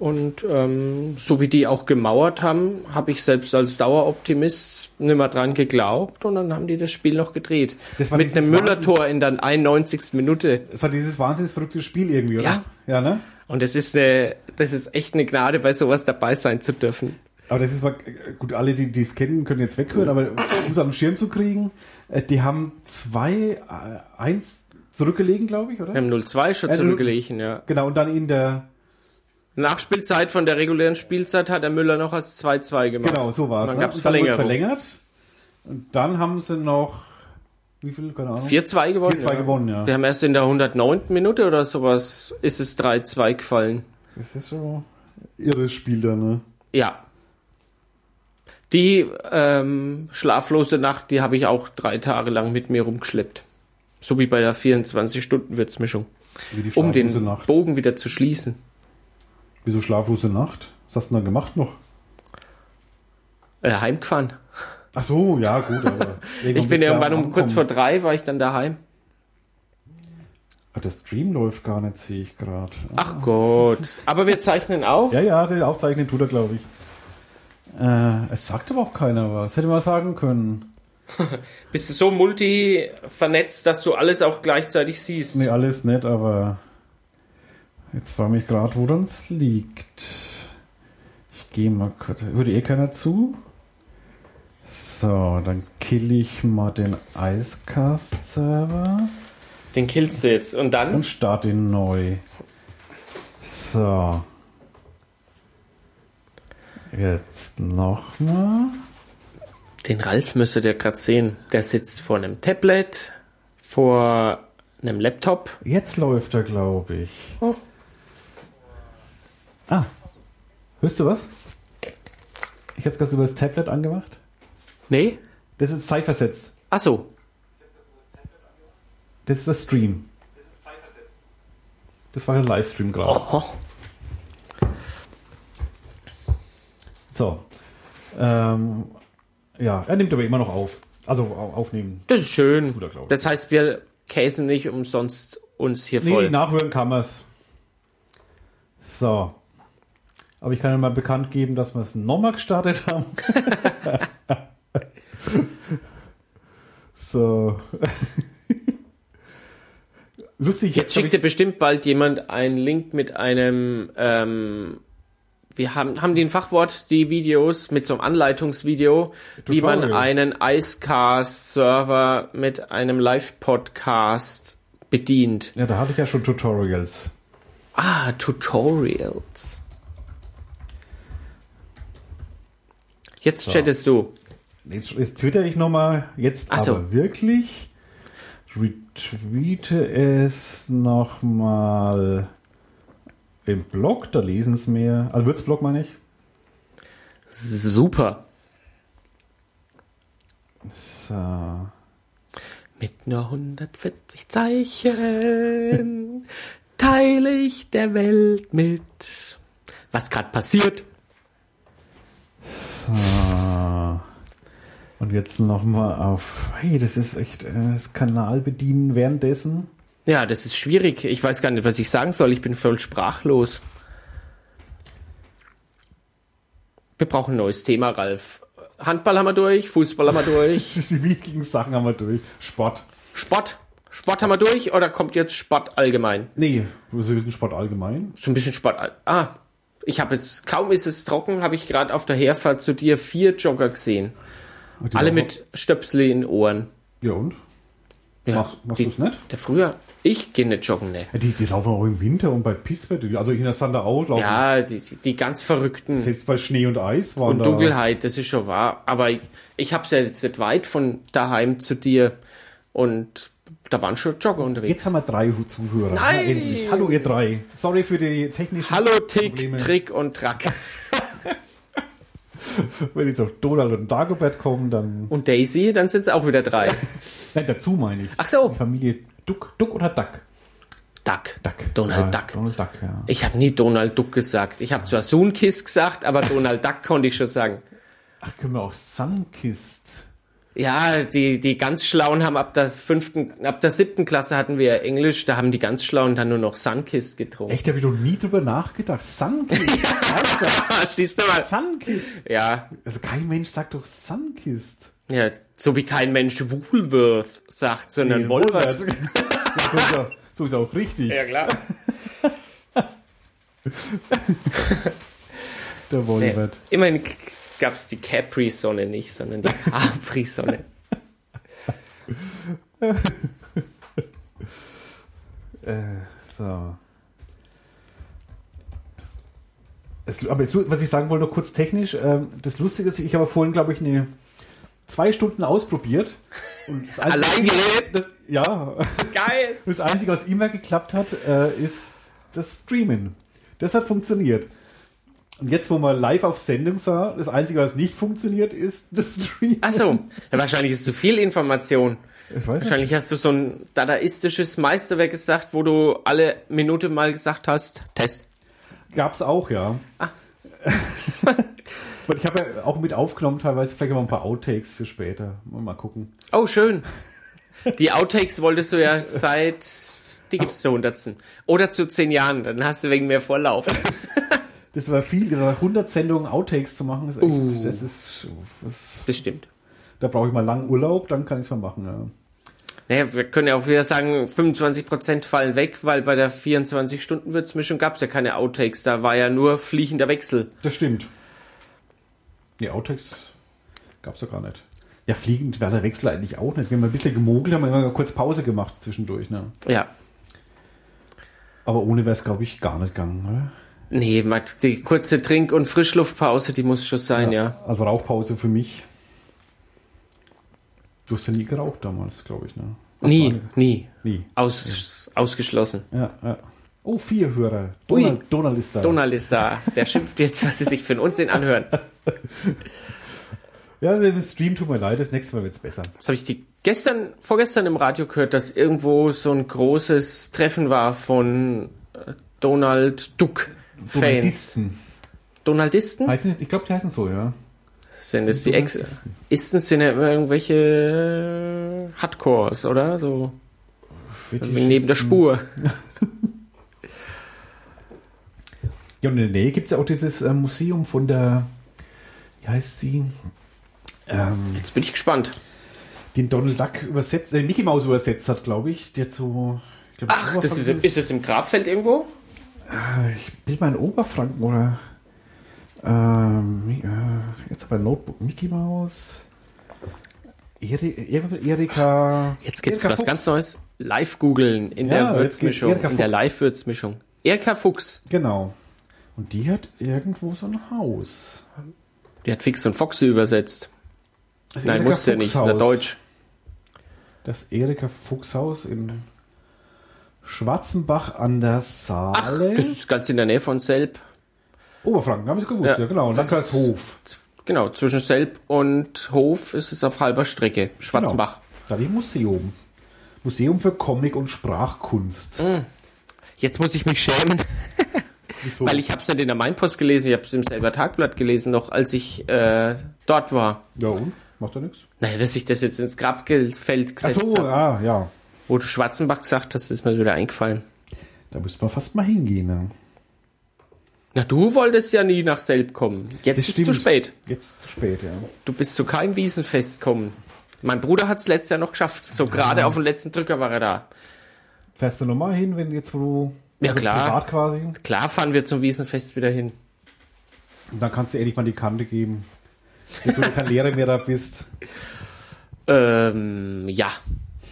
Speaker 1: Und ähm, so wie die auch gemauert haben, habe ich selbst als Daueroptimist nimmer dran geglaubt und dann haben die das Spiel noch gedreht.
Speaker 2: Das war
Speaker 1: Mit
Speaker 2: dieses
Speaker 1: einem Müller-Tor in der 91. Minute.
Speaker 2: Es war dieses wahnsinnig verrückte Spiel irgendwie, oder?
Speaker 1: Ja.
Speaker 2: Ja, ne?
Speaker 1: Und das ist eine, das ist echt eine Gnade, bei sowas dabei sein zu dürfen.
Speaker 2: Aber das ist mal, gut, alle, die die es kennen, können jetzt weghören, aber um es am Schirm zu kriegen, äh, die haben zwei, äh, eins zurückgelegen, glaube ich, oder?
Speaker 1: Wir haben 0-2 schon
Speaker 2: Ja, du-
Speaker 1: zurückgelegen, ja.
Speaker 2: Genau, und dann in der,
Speaker 1: Nachspielzeit von der regulären Spielzeit hat der Müller noch als 2-2 gemacht.
Speaker 2: genau, so war es.
Speaker 1: Dann
Speaker 2: ne?
Speaker 1: gab's
Speaker 2: Und dann wurde
Speaker 1: Verlängerung.
Speaker 2: verlängert. Und dann haben sie noch, wie viel, keine Ahnung.
Speaker 1: 4-2 gewonnen.
Speaker 2: 4-2 gewonnen, ja.
Speaker 1: Wir haben erst in der 109. Minute oder sowas ist es 3-2 gefallen.
Speaker 2: Das ist schon irres Spiel da, ne?
Speaker 1: Ja. Die ähm, schlaflose Nacht, die habe ich auch drei Tage lang mit mir rumgeschleppt. So wie bei der 24-Stunden-Würzmischung.
Speaker 2: Wie die
Speaker 1: Um den
Speaker 2: schlaflose Nacht.
Speaker 1: Bogen wieder zu schließen.
Speaker 2: Wieso schlaflose Nacht? Was hast du denn da gemacht noch?
Speaker 1: Äh, heimgefahren.
Speaker 2: Ach so, ja, gut, aber.
Speaker 1: Ich bin irgendwann um kurz vor drei war ich dann daheim.
Speaker 2: Ach, der Stream läuft gar nicht, sehe ich gerade.
Speaker 1: Ach Gott. Aber wir zeichnen auf.
Speaker 2: Ja, ja, der Aufzeichnen tut er, glaube ich. Äh, es sagt aber auch keiner was. Hätte man sagen können.
Speaker 1: Bist du so multi vernetzt, dass du alles auch gleichzeitig siehst?
Speaker 2: Nee, alles nett, aber jetzt frage mich gerade, woran es liegt. Ich gehe mal kurz. Hört eh keiner zu? So, dann kill ich mal den Icecast-Server
Speaker 1: Den killst du jetzt. Und dann?
Speaker 2: und starte ihn neu. So. Jetzt nochmal.
Speaker 1: Den Ralf müsstet ihr gerade sehen. Der sitzt vor einem Tablet, vor einem Laptop.
Speaker 2: Jetzt läuft er, glaube ich.
Speaker 1: Oh.
Speaker 2: Ah. Hörst du was? Ich habe es gerade über das Tablet angemacht.
Speaker 1: Nee?
Speaker 2: Das ist zeitversetzt.
Speaker 1: Ach so.
Speaker 2: Das ist der Stream. Das war der Livestream gerade.
Speaker 1: Oh.
Speaker 2: So. Ähm, ja, er nimmt aber immer noch auf. Also au- aufnehmen.
Speaker 1: Das ist schön.
Speaker 2: Guter Glaube ich.
Speaker 1: Das heißt, wir käsen nicht umsonst uns hier
Speaker 2: Nee,
Speaker 1: voll.
Speaker 2: nachhören kann man es. So. Aber ich kann ja mal bekannt geben, dass wir es nochmal gestartet haben. so. Lustig.
Speaker 1: Jetzt
Speaker 2: hab
Speaker 1: schickt dir bestimmt bald jemand einen Link mit einem, ähm, wir haben, haben die ein Fachwort, die Videos, mit so einem Anleitungsvideo, wie man
Speaker 2: Tutorial.
Speaker 1: einen Icecast-Server mit einem Live-Podcast bedient.
Speaker 2: ich, ja, da habe ich ja schon Tutorials.
Speaker 1: Ah, Tutorials. Jetzt chattest du.
Speaker 2: Jetzt, jetzt twitter ich nochmal. Jetzt
Speaker 1: Ach so.
Speaker 2: aber wirklich. Retweete es nochmal im Blog, da lesen es mehr. Also Würzblog meine ich.
Speaker 1: Super.
Speaker 2: So.
Speaker 1: Mit nur 140 Zeichen teile ich der Welt mit, was gerade passiert.
Speaker 2: Und jetzt nochmal auf. Hey, das ist echt äh, das Kanal bedienen währenddessen.
Speaker 1: Ja, das ist schwierig. Ich weiß gar nicht, was ich sagen soll. Ich bin voll sprachlos. Wir brauchen ein neues Thema, Ralf. Handball haben wir durch, Fußball haben wir durch,
Speaker 2: Die Vikings-Sachen haben wir durch. Sport.
Speaker 1: Sport. Sport haben wir durch oder kommt jetzt Sport allgemein?
Speaker 2: Nee, also wir sind Sport allgemein.
Speaker 1: so ein bisschen Sport. Ah, ich habe jetzt, kaum ist es trocken, habe ich gerade auf der Herfahrt zu dir vier Jogger gesehen.
Speaker 2: Und die
Speaker 1: Alle
Speaker 2: machen-
Speaker 1: mit Stöpsel in den Ohren.
Speaker 2: Ja und?
Speaker 1: Ja,
Speaker 2: Mach- machst
Speaker 1: die-
Speaker 2: du's nicht?
Speaker 1: Der früher, ich gehe nicht joggen, ne.
Speaker 2: Ja, Die, die laufen auch im Winter und bei Pisswetter. die- Also in der Sander auch laufen.
Speaker 1: Ja, die, die, die ganz Verrückten
Speaker 2: Selbst bei Schnee und Eis waren
Speaker 1: und
Speaker 2: da.
Speaker 1: Dunkelheit, das ist schon wahr. Aber ich, ich habe es ja jetzt nicht weit von daheim zu dir und da waren schon Jogger
Speaker 2: Jetzt
Speaker 1: unterwegs.
Speaker 2: haben wir drei Zuhörer.
Speaker 1: Nein!
Speaker 2: Ja, endlich. Hallo ihr drei. Sorry für die technischen
Speaker 1: Hallo Tick,
Speaker 2: Probleme.
Speaker 1: Trick und Track.
Speaker 2: Wenn jetzt auch Donald und Dagobert kommen, dann...
Speaker 1: Und Daisy, dann sind es auch wieder drei.
Speaker 2: Nein, dazu meine ich.
Speaker 1: Ach so.
Speaker 2: Die Familie Duck, Duck oder Duck?
Speaker 1: Duck.
Speaker 2: Duck.
Speaker 1: Donald
Speaker 2: ja,
Speaker 1: Duck.
Speaker 2: Donald Duck, ja.
Speaker 1: Ich habe nie Donald Duck gesagt. Ich habe zwar Soonkiss gesagt, aber Donald Duck konnte ich schon sagen.
Speaker 2: Ach, können wir auch Sunkist.
Speaker 1: Ja, die, die ganz Schlauen haben ab der fünften, ab der siebten Klasse hatten wir ja Englisch, da haben die ganz Schlauen dann nur noch Sunkist getrunken.
Speaker 2: Echt, da habe ich noch nie drüber nachgedacht. Sunkist. Alter,
Speaker 1: Siehst du mal?
Speaker 2: Sunkist.
Speaker 1: Ja,
Speaker 2: Also kein Mensch sagt doch Sunkist.
Speaker 1: ja, so wie kein Mensch Woolworth sagt, sondern Wolbert.
Speaker 2: Wolbert. so, ist ja, so ist ja auch richtig.
Speaker 1: Ja, klar.
Speaker 2: Der Wolbert.
Speaker 1: Immerhin gab es die Capri-Sonne nicht, sondern die Capri-Sonne.
Speaker 2: Äh, so. Es, aber jetzt, was ich sagen wollte, noch kurz technisch. Ähm, das Lustige ist, ich habe vorhin, glaube ich, eine zwei Stunden ausprobiert. Und das Einzige-
Speaker 1: Allein gerät?
Speaker 2: Das, ja.
Speaker 1: Geil!
Speaker 2: Das Einzige, was immer geklappt hat, äh, ist das Streamen. Das hat funktioniert. Und jetzt, wo man live auf Sendung sah, das Einzige, was nicht funktioniert, ist das Streamen.
Speaker 1: Achso, ja, wahrscheinlich ist zu viel Information.
Speaker 2: Ich weiß nicht.
Speaker 1: Wahrscheinlich hast du so ein dadaistisches Meisterwerk gesagt, wo du alle Minute mal gesagt hast, Test.
Speaker 2: Gab's auch, ja. Aber ich habe ja auch mit aufgenommen teilweise, vielleicht aber ein paar Outtakes für später. Mal gucken.
Speaker 1: Oh, schön. Die Outtakes wolltest du ja seit, die gibt's zu Hundertsten. Oder zu zehn Jahren, dann hast du wegen mehr Vorlauf.
Speaker 2: Das war viel gesagt. 100 Sendungen Outtakes zu machen, ist echt, das ist, das,
Speaker 1: Bestimmt.
Speaker 2: da brauche ich mal langen Urlaub, dann kann ich's mal machen, ja.
Speaker 1: Naja, wir können ja auch wieder sagen, 25% fallen weg, weil bei der 24-Stunden-Würzmischung gab's ja keine Outtakes, da war ja nur fliegender Wechsel.
Speaker 2: Das stimmt. Nee, Outtakes gab's doch gar nicht. Ja, fliegend war der Wechsel eigentlich auch nicht. Wir haben ein bisschen gemogelt, haben immer kurz Pause gemacht zwischendurch, ne?
Speaker 1: Ja.
Speaker 2: Aber ohne wäre es, glaube ich, gar nicht gegangen, oder?
Speaker 1: Nee, Max, die kurze Trink- und Frischluftpause, die muss schon sein, ja.
Speaker 2: Also Rauchpause für mich. Du hast ja nie geraucht damals, glaube ich, ne?
Speaker 1: Nie, nie.
Speaker 2: Nie.
Speaker 1: Aus, ausgeschlossen.
Speaker 2: Ja, ja. Oh, vier Hörer.
Speaker 1: Ui.
Speaker 2: Donald, Donald ist da.
Speaker 1: Donald ist da. Der schimpft jetzt, was sie sich für einen Unsinn anhören.
Speaker 2: Ja, der Stream tut mir leid, das nächste Mal wird's besser.
Speaker 1: Das habe ich die gestern, vorgestern im Radio gehört, dass irgendwo so ein großes Treffen war von äh, Donald Duck Fans.
Speaker 2: Donaldisten.
Speaker 1: Donaldisten?
Speaker 2: Heißt nicht, ich glaube, die heißen so, ja.
Speaker 1: Sind es die Ex? Isten sind ja immer irgendwelche äh, Hardcores, oder? So Also neben der
Speaker 2: hm.
Speaker 1: Spur.
Speaker 2: Ja, und in der Nähe gibt's ja auch dieses äh, Museum von der, wie heißt sie? Ähm,
Speaker 1: Jetzt bin ich gespannt.
Speaker 2: den Donald Duck übersetzt, äh, Mickey Mouse übersetzt hat, glaube ich. Der so. Ich glaub,
Speaker 1: Ach, das ist,
Speaker 2: Oberfranken-
Speaker 1: ist es im Grabfeld irgendwo?
Speaker 2: Ah, Ich bin mal in Oberfranken oder. Ähm, Mi- äh, jetzt aber Notebook Mickey Mouse. Eri, irgendwas- Erika.
Speaker 1: Jetzt gibt's
Speaker 2: Erika
Speaker 1: was
Speaker 2: Fuchs.
Speaker 1: ganz Neues. Live googeln in
Speaker 2: Ja,
Speaker 1: der
Speaker 2: jetzt geht
Speaker 1: Würzmischung,
Speaker 2: Erika
Speaker 1: in der
Speaker 2: Fuchs.
Speaker 1: Live-Würzmischung. Erika Fuchs,
Speaker 2: Genau. Und die hat irgendwo so ein Haus.
Speaker 1: die hat Fix und Foxy übersetzt.
Speaker 2: Das
Speaker 1: Nein,
Speaker 2: Erika
Speaker 1: muss ja
Speaker 2: Fuchs
Speaker 1: nicht, ist ja
Speaker 2: Haus.
Speaker 1: Deutsch.
Speaker 2: Das Erika Fuchshaus in Schwarzenbach an der Saale.
Speaker 1: Das ist ganz in der Nähe von Selb.
Speaker 2: Oberfranken, habe ich gewusst, ja,
Speaker 1: Ja.
Speaker 2: genau. Und
Speaker 1: Das
Speaker 2: Landkreishof.
Speaker 1: Z- Genau, zwischen Selb und Hof ist es auf halber Strecke. Schwarzenbach.
Speaker 2: Genau. Da die Museum. Museum für Comic und Sprachkunst.
Speaker 1: Mhm. Jetzt muss ich mich schämen,
Speaker 2: Wieso?
Speaker 1: weil ich habe es nicht in der Mainpost gelesen, ich habe es im selber Tagblatt gelesen, noch als ich äh, dort war.
Speaker 2: ja und? Macht er nichts?
Speaker 1: Naja, dass ich das jetzt ins Grabfeld gesetzt
Speaker 2: Achso,
Speaker 1: habe.
Speaker 2: ah, ja.
Speaker 1: Wo du Schwarzenbach gesagt hast, ist mir wieder eingefallen.
Speaker 2: Da müsste man fast mal hingehen. Ne?
Speaker 1: Na, du wolltest ja nie nach Selb kommen. Jetzt ist es zu spät.
Speaker 2: Jetzt zu spät, ja.
Speaker 1: Du bist zu keinem Wiesenfest kommen. Mein Bruder hat es letztes Jahr noch geschafft. So gerade auf den letzten Drücker war er da.
Speaker 2: Fährst du nochmal hin, wenn jetzt wo du
Speaker 1: Ja,
Speaker 2: also
Speaker 1: klar.
Speaker 2: privat quasi? Und
Speaker 1: Klar fahren wir zum Wiesenfest wieder hin.
Speaker 2: dann kannst du ehrlich mal die Kante geben. Jetzt, wo du kein Lehrer mehr da bist.
Speaker 1: Ähm, ja.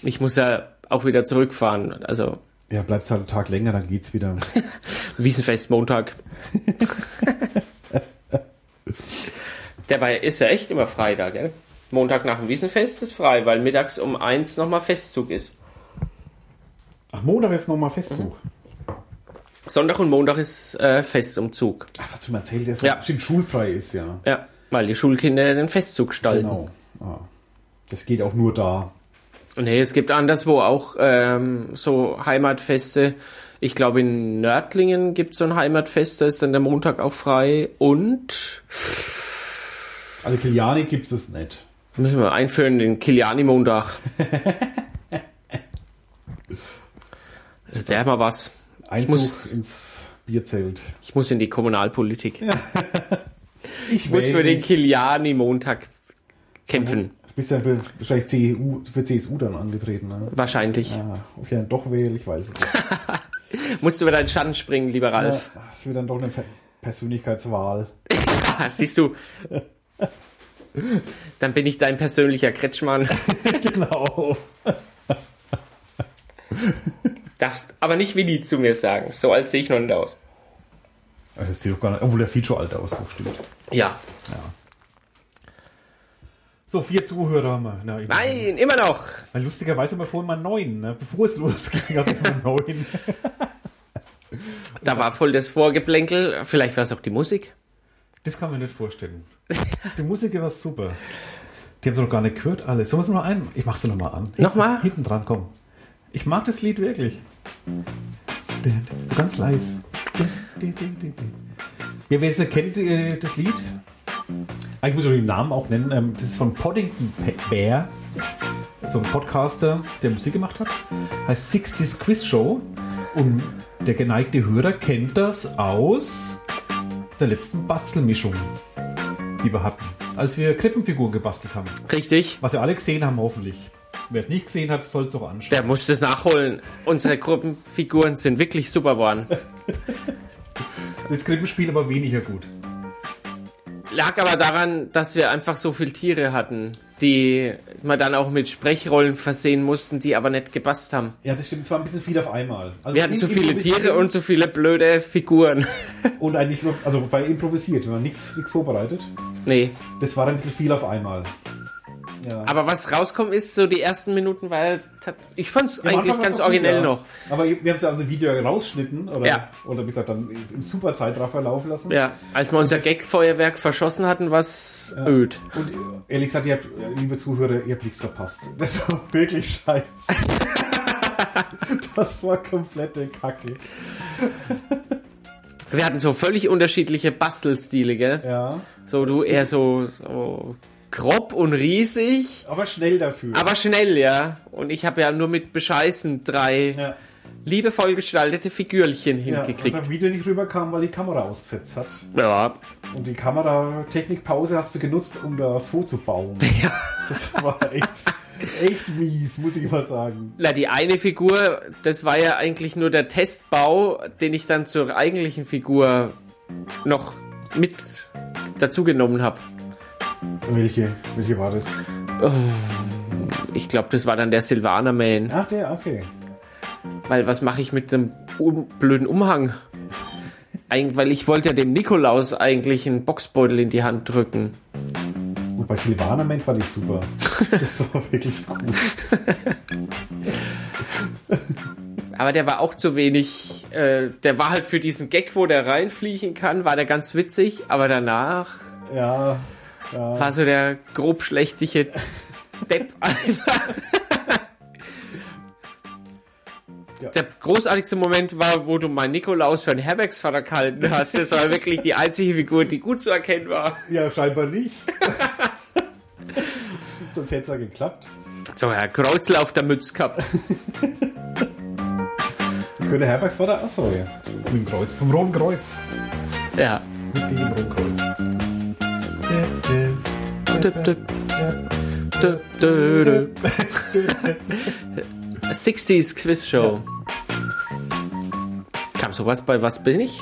Speaker 1: Ich muss ja auch wieder zurückfahren. Also
Speaker 2: Ja, bleibst halt einen Tag länger, dann geht's wieder.
Speaker 1: Wiesenfest Montag. Dabei ist ja echt immer frei da, gell? Montag nach dem Wiesenfest ist frei, weil mittags um eins nochmal Festzug ist.
Speaker 2: Ach, Montag ist nochmal Festzug.
Speaker 1: Sonntag und Montag ist äh, Festumzug.
Speaker 2: Ach, das hast du mir erzählt, dass
Speaker 1: Ja.
Speaker 2: das bestimmt schulfrei ist, ja.
Speaker 1: Ja, weil die Schulkinder den Festzug gestalten.
Speaker 2: Genau. Ah. Das geht auch nur da.
Speaker 1: Nee, es gibt anderswo auch ähm, so Heimatfeste. Ich glaube, in Nördlingen gibt es so ein Heimatfest, da ist dann der Montag auch frei. Und
Speaker 2: Also Kiliani gibt es nicht.
Speaker 1: müssen wir einführen den Kiliani-Montag. Das wäre mal was.
Speaker 2: Einzug
Speaker 1: muss-
Speaker 2: ins Bierzelt.
Speaker 1: Ich muss in die Kommunalpolitik.
Speaker 2: Ich
Speaker 1: ich muss für den
Speaker 2: Du
Speaker 1: Kiliani-Montag kämpfen.
Speaker 2: bist ja für, wahrscheinlich CDU, für CSU dann angetreten, ne?
Speaker 1: Wahrscheinlich.
Speaker 2: Ja, ob ich dann doch wähle, ich weiß es nicht.
Speaker 1: Musst du über deinen Schatten springen, lieber
Speaker 2: Ja,
Speaker 1: Ralf.
Speaker 2: Es wird dann doch eine Ver- Persönlichkeitswahl.
Speaker 1: Ah, siehst du. Dann bin ich dein persönlicher Kretschmann.
Speaker 2: Genau.
Speaker 1: Darfst aber nicht Willi zu mir sagen. So alt sehe ich noch nicht aus.
Speaker 2: Also das sieht doch gar nicht, obwohl das sieht schon alt aus, das stimmt.
Speaker 1: Ja.
Speaker 2: So, vier Zuhörer haben wir. Na, ich-
Speaker 1: Nein, immer noch.
Speaker 2: Weil lustigerweise haben wir vorhin mal neun, ne? bevor es losging, hatten wir neun.
Speaker 1: Da war voll das Vorgeplänkel. Vielleicht war es auch die Musik.
Speaker 2: Das kann man nicht vorstellen. Die Musik war super. Die haben sie noch gar nicht gehört, alles. Sollen wir es noch ein? Ich mach's noch mal an. Hinten-
Speaker 1: Nochmal?
Speaker 2: Hinten dran, komm. Ich mag das Lied wirklich. So ganz leis. Ja, wer es nicht kennt, äh, das Lied. Ah, ich muss auch den Namen auch nennen. Ähm, Das ist von Poddington Pa- Bear. So ein Podcaster, der Musik gemacht hat. Heißt 60s Quiz Show. Und der geneigte Hörer kennt das aus der letzten Bastelmischung, die wir hatten. Als wir Krippenfiguren gebastelt haben.
Speaker 1: Richtig.
Speaker 2: Was wir alle gesehen haben, hoffentlich. Wer es nicht gesehen hat, soll es doch anschauen.
Speaker 1: Der muss das nachholen. Unsere Gruppenfiguren sind wirklich super geworden.
Speaker 2: Das Krippenspiel aber weniger gut.
Speaker 1: Lag aber daran, dass wir einfach so viel Tiere hatten, die man dann auch mit Sprechrollen versehen mussten, die aber nicht gepasst haben.
Speaker 2: Ja, das stimmt. Es war ein bisschen viel auf einmal. Also
Speaker 1: Wir hatten zu viele
Speaker 2: improvisieren
Speaker 1: Tiere und zu viele blöde Figuren.
Speaker 2: Und eigentlich nur, also weil improvisiert, wenn man nichts nichts vorbereitet.
Speaker 1: Nee.
Speaker 2: Das war ein bisschen viel auf einmal. Ja.
Speaker 1: Aber was rauskommt, ist so die ersten Minuten, weil tat- ich fand es
Speaker 2: Am Anfang
Speaker 1: eigentlich
Speaker 2: war's
Speaker 1: ganz
Speaker 2: auch
Speaker 1: originell
Speaker 2: gut, ja.
Speaker 1: noch.
Speaker 2: Aber wir haben es ja aus dem Video rausschnitten oder,
Speaker 1: Ja.
Speaker 2: oder wie gesagt, dann im super Zeitraffer laufen lassen.
Speaker 1: Ja, als wir unser
Speaker 2: das-
Speaker 1: Gag-Feuerwerk verschossen hatten, was öd.
Speaker 2: Und äh, ehrlich gesagt, ihr habt, äh, liebe Zuhörer, ihr habt nichts verpasst. Das war wirklich scheiße. das war komplette Kacke.
Speaker 1: Wir hatten so völlig unterschiedliche Bastelstile, gell?
Speaker 2: Ja.
Speaker 1: So du eher so, so grob und riesig,
Speaker 2: Aber schnell dafür.
Speaker 1: aber schnell, ja. Und ich habe ja nur mit bescheißen drei
Speaker 2: ja.
Speaker 1: liebevoll gestaltete Figürchen
Speaker 2: Ja, also- dass
Speaker 1: hingekriegt.
Speaker 2: das Video nicht rüberkam, weil die Kamera ausgesetzt hat.
Speaker 1: Ja,
Speaker 2: Und die Kameratechnikpause hast du genutzt, um da vorzubauen.
Speaker 1: Ja.
Speaker 2: Das war echt, echt mies, muss ich mal sagen.
Speaker 1: Na, die eine Figur, das war ja eigentlich nur der Testbau, den ich dann zur eigentlichen Figur noch mit dazugenommen habe.
Speaker 2: Welche? Welche war das?
Speaker 1: Ich glaube, das war dann der Silvaner Man.
Speaker 2: Ach, der, okay.
Speaker 1: Weil was mache ich mit dem um, blöden Umhang? Eig weil ich wollte ja dem Nikolaus eigentlich einen Boxbeutel in die Hand drücken.
Speaker 2: Und bei Silvana Man fand ich super. Das war wirklich gut.
Speaker 1: Aber der war auch zu wenig. Äh, der war halt für diesen Gag, wo der reinfliechen kann, war der ganz witzig. Aber danach
Speaker 2: Ja, ja.
Speaker 1: war so der grobschlächtige Depp einfach.
Speaker 2: Ja.
Speaker 1: Der großartigste Moment war, wo du mal Nikolaus für einen Herbergsvater gehalten hast. Das war wirklich die einzige Figur, die gut zu erkennen war.
Speaker 2: ja scheinbar nicht. Sonst hätte es ja geklappt.
Speaker 1: So, Herr Kreuzel auf der Mütze gehabt.
Speaker 2: Das könnte Herbergsvater auch so, ja. Mit dem Kreuz, vom Roten Kreuz.
Speaker 1: Ja.
Speaker 2: Mit dem Roten Äh, Kreuz.
Speaker 1: Dö, dö, dö, dö, dö. 60s Quiz Show. Kam sowas bei Was bin ich?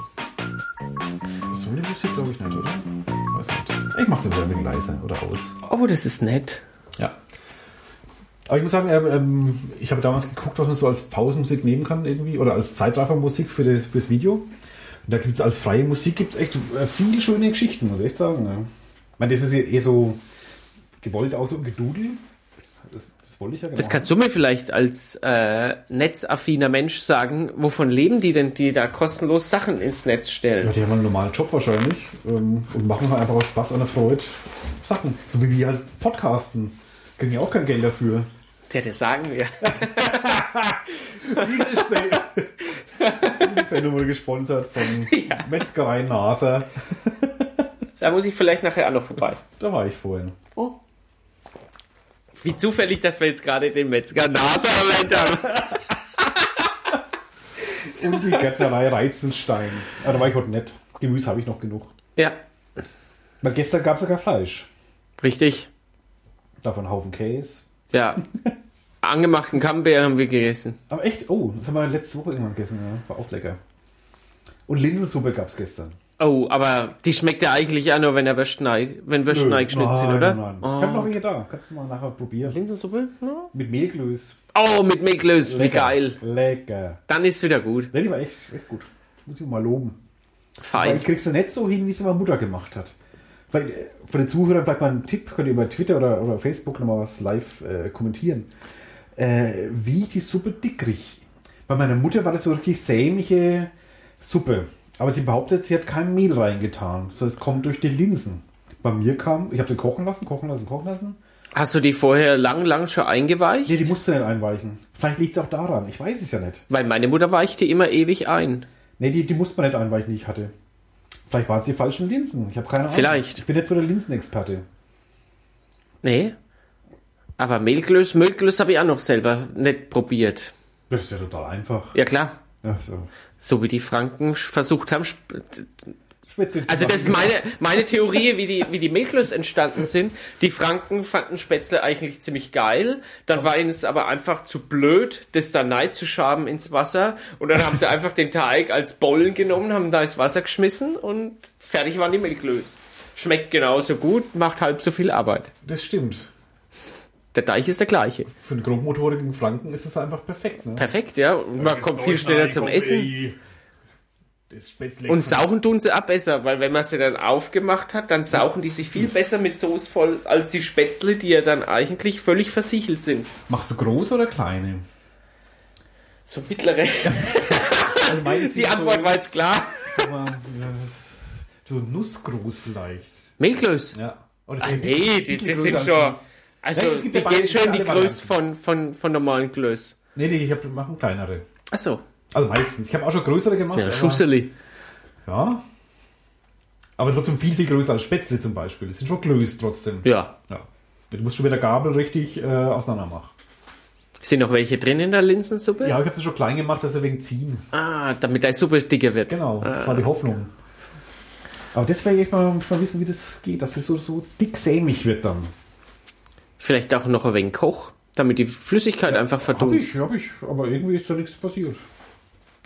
Speaker 2: So eine Musik glaube ich nicht, oder? Weiß nicht. Ich mache sogar ein wenig leiser oder aus.
Speaker 1: Oh, das ist nett.
Speaker 2: Ja. Aber ich muss sagen, ähm, ähm, ich habe damals geguckt, was man so als Pausenmusik nehmen kann irgendwie oder als Zeitraffermusik für das, fürs Video. Und da gibt es als freie Musik gibt's echt äh, viele schöne Geschichten, muss ich echt sagen. Ja. Ich meine, das ist ja eher so gewollt aus und gedudel. Das, das wollte ich ja genau.
Speaker 1: Das kannst du mir vielleicht als äh, netzaffiner Mensch sagen. Wovon leben die denn, die da kostenlos Sachen ins Netz
Speaker 2: ja,
Speaker 1: stellen?
Speaker 2: die haben einen normalen Job wahrscheinlich ähm, und machen halt einfach aus Spaß an der Freude Sachen. So wie wir halt podcasten. Kriegen ja auch kein Geld dafür.
Speaker 1: Der, der sagen wir.
Speaker 2: Diese Sendung, Diese Sendung wurde gesponsert von Metzgerei Nase.
Speaker 1: Da muss ich vielleicht nachher auch noch vorbei.
Speaker 2: Da war ich vorhin.
Speaker 1: Oh. Wie zufällig, dass wir jetzt gerade den Metzger Nase erwähnt haben.
Speaker 2: Und die Gärtnerei Reizenstein. Aber da war ich heute nett. Gemüse habe ich noch genug.
Speaker 1: Ja,
Speaker 2: Weil gestern gab es ja kein Fleisch.
Speaker 1: richtig.
Speaker 2: Davon einen Haufen Käse.
Speaker 1: Ja. Angemachten Kammbeeren haben wir gegessen.
Speaker 2: Aber echt, oh, das haben wir letzte Woche irgendwann gegessen. Ja. War auch lecker. Und Linsensuppe gab es gestern.
Speaker 1: Oh, aber die schmeckt ja eigentlich auch nur, wenn er Wäschnei, wenn Wäschnei geschnitten sind,
Speaker 2: Nein,
Speaker 1: oder?
Speaker 2: Nein. Ich habe
Speaker 1: Oh.
Speaker 2: noch welche da. Kannst du mal nachher probieren.
Speaker 1: Linsensuppe? Ja.
Speaker 2: Mit Mehlglöß.
Speaker 1: Oh, mit Milchlös, wie
Speaker 2: Lecker.
Speaker 1: geil.
Speaker 2: Lecker.
Speaker 1: Dann ist wieder gut.
Speaker 2: Ja, Die war echt, echt gut. Muss ich mal loben. Weil
Speaker 1: Fein.
Speaker 2: ich krieg's ja nicht so hin, wie es meine Mutter gemacht hat. Weil äh, von den Zuhörern vielleicht mal ein Tipp, könnt ihr über Twitter oder, oder Facebook nochmal was live äh, kommentieren. Äh, wie die Suppe dick riecht. Bei meiner Mutter war das so richtig sämige Suppe. Aber sie behauptet, sie hat kein Mehl reingetan. So, es kommt durch die Linsen. Bei mir kam, ich habe sie kochen lassen, kochen lassen, kochen lassen.
Speaker 1: Hast du die vorher lang, lang schon eingeweicht?
Speaker 2: Nee, die musste nicht einweichen. Vielleicht liegt es auch daran. Ich weiß es ja nicht.
Speaker 1: Weil meine Mutter weichte immer ewig ein.
Speaker 2: Nee, die, die musste man nicht einweichen, die ich hatte. Vielleicht waren es die falschen Linsen. Ich habe keine Ahnung.
Speaker 1: Vielleicht.
Speaker 2: Ich bin jetzt so der Linsenexperte.
Speaker 1: Nee. Aber Mehlglöß, Milchlös habe ich auch noch selber nicht probiert.
Speaker 2: Das ist ja total einfach.
Speaker 1: Ja klar.
Speaker 2: Ach so.
Speaker 1: So wie die Franken sch- versucht haben, sp-
Speaker 2: Spitze
Speaker 1: Also das ist meine, meine Theorie, wie die, wie die Milchlös entstanden sind. Die Franken fanden Spätzle eigentlich ziemlich geil. Dann war ihnen es aber einfach zu blöd, das dann neid zu schaben ins Wasser. Und dann haben sie einfach den Teig als Bollen genommen, haben da ins Wasser geschmissen und fertig waren die Milchlös. Schmeckt genauso gut, macht halb so viel Arbeit.
Speaker 2: Das stimmt.
Speaker 1: Der Teig ist der gleiche.
Speaker 2: Für einen grobmotorigen Franken ist das einfach perfekt. Ne?
Speaker 1: Perfekt, ja. Und man kommt viel schneller zum Essen.
Speaker 2: Das Spätzle.
Speaker 1: Und sauchen tun sie auch besser, weil wenn man sie dann aufgemacht hat, dann sauchen die sich viel besser mit Soße voll als die Spätzle, die ja dann eigentlich völlig versichelt sind.
Speaker 2: Machst du große oder kleine?
Speaker 1: So mittlere.
Speaker 2: Also meine
Speaker 1: Die Antwort war jetzt klar.
Speaker 2: So nussgroß vielleicht.
Speaker 1: Milchlös.
Speaker 2: Ja. Oder
Speaker 1: Ah, nee, das, das sind schon. Also,
Speaker 2: Nein, es gibt
Speaker 1: die
Speaker 2: ja beide-
Speaker 1: gehen schon in die
Speaker 2: alle Varianten.
Speaker 1: Größe von, von, von normalen Glöß.
Speaker 2: Nee, nee, ich hab, machen kleinere.
Speaker 1: Achso.
Speaker 2: Also meistens. Ich habe auch schon größere gemacht.
Speaker 1: Ja,
Speaker 2: aber-
Speaker 1: Schusseli.
Speaker 2: ja. Aber trotzdem viel, viel größer als Spätzle zum Beispiel. Das sind schon Glöß trotzdem.
Speaker 1: Ja.
Speaker 2: Ja. Du musst schon mit der Gabel richtig äh, auseinander machen.
Speaker 1: Sind noch welche drin in der Linsensuppe?
Speaker 2: Ja, ich habe sie schon klein gemacht, dass sie wegen ziehen.
Speaker 1: Ah, damit deine Suppe dicker wird.
Speaker 2: Genau, das war die Hoffnung. Aber deswegen ich mal, ich mal wissen, wie das geht, dass es so, so dick sämig wird dann.
Speaker 1: Vielleicht auch noch ein wenig Koch, damit die Flüssigkeit einfach
Speaker 2: Hab
Speaker 1: verdunst.
Speaker 2: ich, hab ich, aber irgendwie ist da nichts passiert.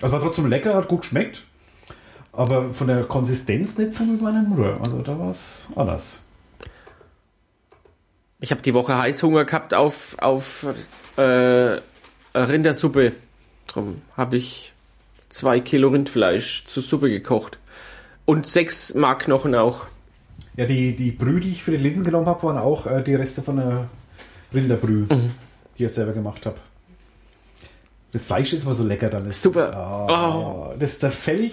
Speaker 2: Also war trotzdem lecker, hat gut geschmeckt, aber von der Konsistenz nicht so wie bei meiner Mutter. Also da war es anders.
Speaker 1: Ich habe die Woche Heißhunger gehabt auf, auf äh, Rindersuppe. Drum habe ich zwei Kilo Rindfleisch zur Suppe gekocht. Und sechs Markknochen auch.
Speaker 2: Ja, die, die Brühe, die ich für den Linsen genommen habe, waren auch Mhm. äh, die Reste von der Rinderbrühe, die ich selber gemacht habe. Das Fleisch ist immer so lecker dann. Ist
Speaker 1: Super.
Speaker 2: Ah, Das ist der Fell.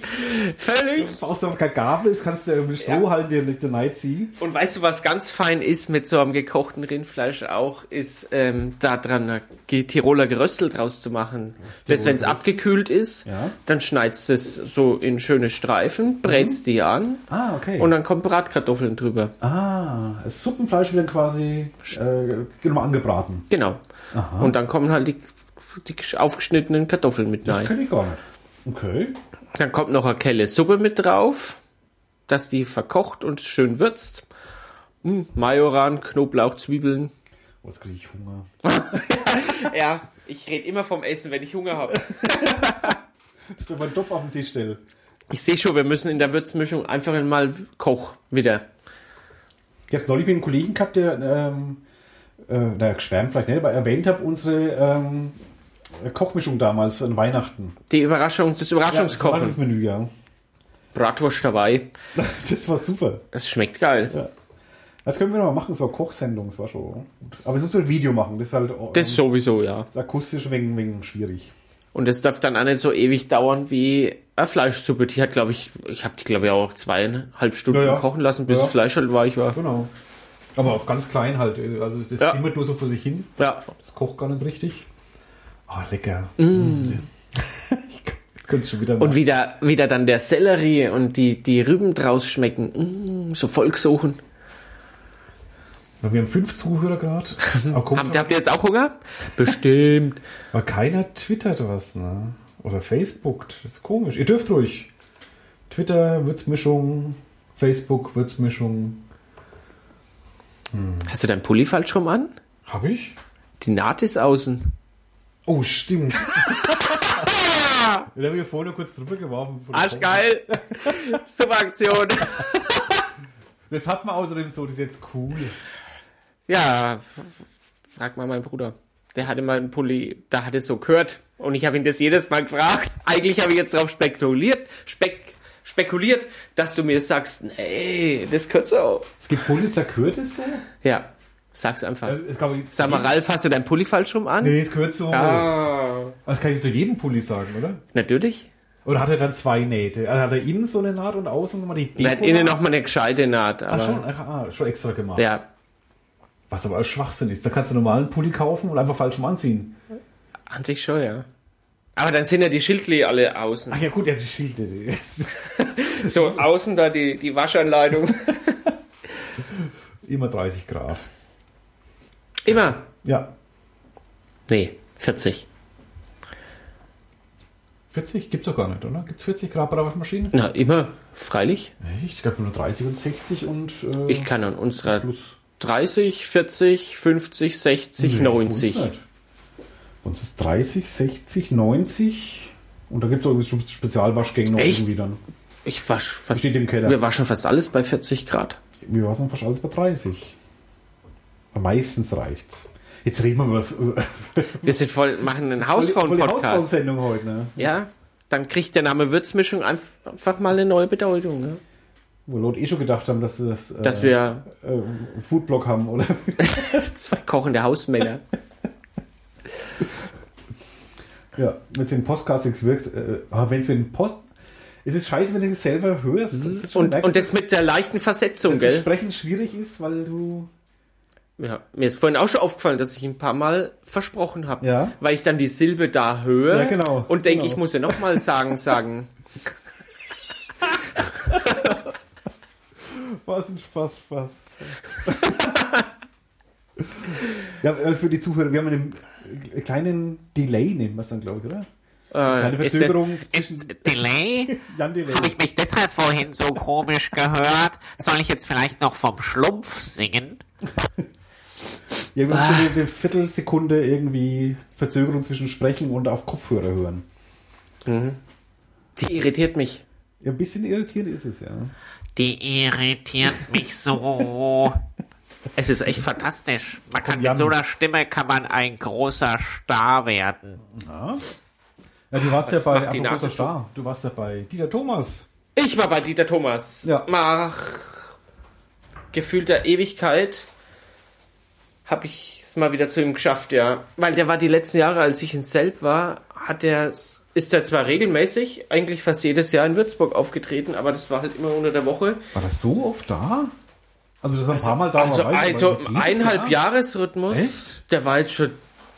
Speaker 1: Völlig.
Speaker 2: Brauchst du auf keine Gabel, das kannst du mit Stroh halten, dir nicht ziehen.
Speaker 1: Und weißt du, was ganz fein ist mit so einem gekochten Rindfleisch auch, ist ähm, da dran eine Ge- Tiroler Geröstel draus zu machen. Das, wenn es
Speaker 2: Geröstel?
Speaker 1: abgekühlt ist,
Speaker 2: Ja.
Speaker 1: dann schneidest du es so in schöne Streifen, brätst die an
Speaker 2: Ah, okay.
Speaker 1: und dann kommen Bratkartoffeln drüber.
Speaker 2: ah, das Suppenfleisch wird dann quasi äh, nochmal angebraten.
Speaker 1: Genau. Und dann kommen halt die, die aufgeschnittenen Kartoffeln mit
Speaker 2: Das
Speaker 1: rein.
Speaker 2: kenne ich gar nicht. Okay.
Speaker 1: Dann kommt noch eine Kelle Suppe mit drauf, dass die verkocht und schön würzt. Hm, Majoran, Knoblauch, Zwiebeln.
Speaker 2: Oh, jetzt kriege ich Hunger.
Speaker 1: Ja, ich rede immer vom Essen, wenn ich Hunger habe.
Speaker 2: Das ist aber ein Topf auf den Tisch stellen.
Speaker 1: Ich sehe schon, wir müssen in der Würzmischung einfach mal Koch wieder.
Speaker 2: Ich habe neulich mit einem Kollegen gehabt, der, ähm, äh, der geschwärmt vielleicht nicht, aber erwähnt habe, unsere ähm, Kochmischung damals an Weihnachten.
Speaker 1: Die Überraschung, das
Speaker 2: Ja,
Speaker 1: Überraschungskochen.
Speaker 2: das Menü, ja.
Speaker 1: Bratwurst dabei.
Speaker 2: Das war super.
Speaker 1: Es schmeckt geil.
Speaker 2: Das können wir noch mal machen, so eine Kochsendung, das war schon gut. Aber es muss ein Video machen, das ist halt ähm,
Speaker 1: Das sowieso, ja.
Speaker 2: das akustische wegen, wegen schwierig.
Speaker 1: Und das darf dann auch nicht so ewig dauern wie eine Fleischsuppe. Die hat, glaube ich, ich habe die, glaube ich, auch zweieinhalb Stunden
Speaker 2: Ja, ja.
Speaker 1: kochen lassen, bis
Speaker 2: Ja.
Speaker 1: das Fleisch halt weich war.
Speaker 2: Genau. Aber auf ganz klein halt, äh, also das
Speaker 1: Ja.
Speaker 2: zimmert nur so vor sich hin.
Speaker 1: Ja,
Speaker 2: Das kocht gar nicht richtig. Ah, lecker. ich könnte es schon wieder
Speaker 1: Mm. Und wieder, wieder dann der Sellerie und die, die Rüben draus schmecken. Mm, so Volkssuchen.
Speaker 2: machen. Wir haben fünf Zuhörer gerade. Aber komisch,
Speaker 1: Habt, habt ihr jetzt auch Hunger? Bestimmt.
Speaker 2: aber keiner twittert was, ne? Oder Facebookt. Das ist komisch. Ihr dürft ruhig. Twitter, Würzmischung, Facebook, Würzmischung.
Speaker 1: Hast du deinen Pulli falsch rum an?
Speaker 2: Hab ich?
Speaker 1: Die Naht ist außen.
Speaker 2: Oh, stimmt. Den habe ich ja vorne kurz drüber geworfen.
Speaker 1: Arschgeil. Super Aktion.
Speaker 2: Das hat man außerdem so, das ist jetzt cool.
Speaker 1: Ja, frag mal meinen Bruder. Der hatte mal einen Pulli, da hat es so gehört. Und ich habe ihn das jedes Mal gefragt. Eigentlich habe ich jetzt darauf spekuliert, spek spekuliert, dass du mir sagst, nee, das gehört so.
Speaker 2: Es gibt Pullis, da gehört es so.
Speaker 1: Ja, sag's einfach.
Speaker 2: Also, es gab,
Speaker 1: Sag mal, Ralf, hast du deinen Pulli falsch rum an?
Speaker 2: Nee, es gehört so.
Speaker 1: Ah.
Speaker 2: Das kann ich zu jedem Pulli sagen, oder?
Speaker 1: Natürlich.
Speaker 2: Oder hat er dann zwei Nähte? Also hat er innen so eine Naht und außen nochmal die
Speaker 1: Er hat innen noch mal eine gescheite Naht,
Speaker 2: Ah,
Speaker 1: aber
Speaker 2: schon, ach, ah, schon extra gemacht.
Speaker 1: ja,
Speaker 2: Was aber Schwachsinn ist. Da kannst du einen normalen Pulli kaufen und einfach falsch rum anziehen.
Speaker 1: an sich schon, ja. Aber dann sind ja die Schildli alle außen.
Speaker 2: Ach ja, gut, er hat die Schilde.
Speaker 1: So, außen da die, die Waschanleitung.
Speaker 2: Immer 30 Grad.
Speaker 1: Immer.
Speaker 2: Ja.
Speaker 1: Nee, 40.
Speaker 2: 40 gibt's doch gar nicht, oder? Gibt's 40 Grad bei Waschmaschine?
Speaker 1: Na, immer. Freilich.
Speaker 2: Echt? Ich glaube nur 30 und 60 und. Äh,
Speaker 1: Ich kann an unserer
Speaker 2: plus.
Speaker 1: 30, 40, 50, 60, 90.
Speaker 2: 100. Uns ist 30, 60, 90 und da gibt es irgendwie schon Spezialwaschgänge noch
Speaker 1: Echt?
Speaker 2: irgendwie dann.
Speaker 1: Ich wasch fast.
Speaker 2: Steht im Keller.
Speaker 1: Wir waschen fast alles bei 40 Grad.
Speaker 2: Wie war es denn fast alles bei 30? Aber meistens reicht's. Jetzt reden wir über das über
Speaker 1: Wir sind voll, machen einen
Speaker 2: voll die
Speaker 1: Hausfrauen-Podcast.
Speaker 2: Hausfrauensendung heute, ne?
Speaker 1: Ja, dann kriegt der Name Würzmischung einf- einfach mal eine neue Bedeutung. Ne?
Speaker 2: Wo Leute eh schon gedacht haben, dass das äh,
Speaker 1: Dass wir
Speaker 2: äh, Foodblog haben, oder?
Speaker 1: zwei kochende Hausmänner.
Speaker 2: ja, wenn es in Podcast nichts wirkt, äh, aber wenn es in Post. Es ist scheiße, wenn du es selber hörst. Das ist schon
Speaker 1: Mhm. Und,
Speaker 2: merkst,
Speaker 1: und das mit der leichten Versetzung,
Speaker 2: dass das
Speaker 1: gell?
Speaker 2: Sprechen schwierig ist, weil du.
Speaker 1: Ja, mir ist vorhin auch schon aufgefallen, dass ich ein paar Mal versprochen habe.
Speaker 2: Ja.
Speaker 1: Weil ich dann die Silbe da höre
Speaker 2: Ja, genau,
Speaker 1: und denke,
Speaker 2: genau.
Speaker 1: ich muss ja nochmal sagen, sagen.
Speaker 2: Was ein Spaß, Spaß. ja, äh, für die Zuhörer, wir haben einen äh, kleinen Delay, nehmen wir es dann, glaube ich, oder?
Speaker 1: Äh,
Speaker 2: Kleine
Speaker 1: ist das,
Speaker 2: Verzögerung
Speaker 3: Ist
Speaker 2: zwischen
Speaker 3: Delay?
Speaker 2: Jan Delay.
Speaker 3: Habe ich mich deshalb vorhin so komisch gehört? Soll ich jetzt vielleicht noch vom Schlumpf singen?
Speaker 2: Ja, wir
Speaker 1: Ah.
Speaker 2: haben schon eine Viertelsekunde irgendwie Verzögerung zwischen Sprechen und auf Kopfhörer hören.
Speaker 1: die irritiert mich.
Speaker 2: Ja, ein bisschen irritierend ist es, ja.
Speaker 3: Die irritiert mich so.
Speaker 1: Es ist echt verdammt.
Speaker 3: Fantastisch. Man kann
Speaker 2: Jan.
Speaker 3: mit so einer Stimme kann man ein großer Star werden.
Speaker 2: ja du warst ja
Speaker 1: macht
Speaker 2: bei,
Speaker 1: die
Speaker 2: apropos
Speaker 1: Nase
Speaker 2: der Star, du warst ja bei Dieter Thomas.
Speaker 1: Ich war bei Dieter Thomas.
Speaker 2: Ja.
Speaker 1: Nach gefühlter Ewigkeit habe ich letztes Mal wieder zu ihm geschafft, ja. Weil der war die letzten Jahre, als ich in Selb war, hat der, ist er zwar regelmäßig, eigentlich fast jedes Jahr in Würzburg aufgetreten, aber das war halt immer unter der Woche.
Speaker 2: War das so oft da? Also das war ein paar Mal da.
Speaker 1: Also,
Speaker 2: war ich, aber
Speaker 1: also
Speaker 2: jetzt
Speaker 1: im
Speaker 2: jedes
Speaker 1: eineinhalb
Speaker 2: Jahr?
Speaker 1: Jahresrhythmus,
Speaker 2: Echt?
Speaker 1: der war jetzt schon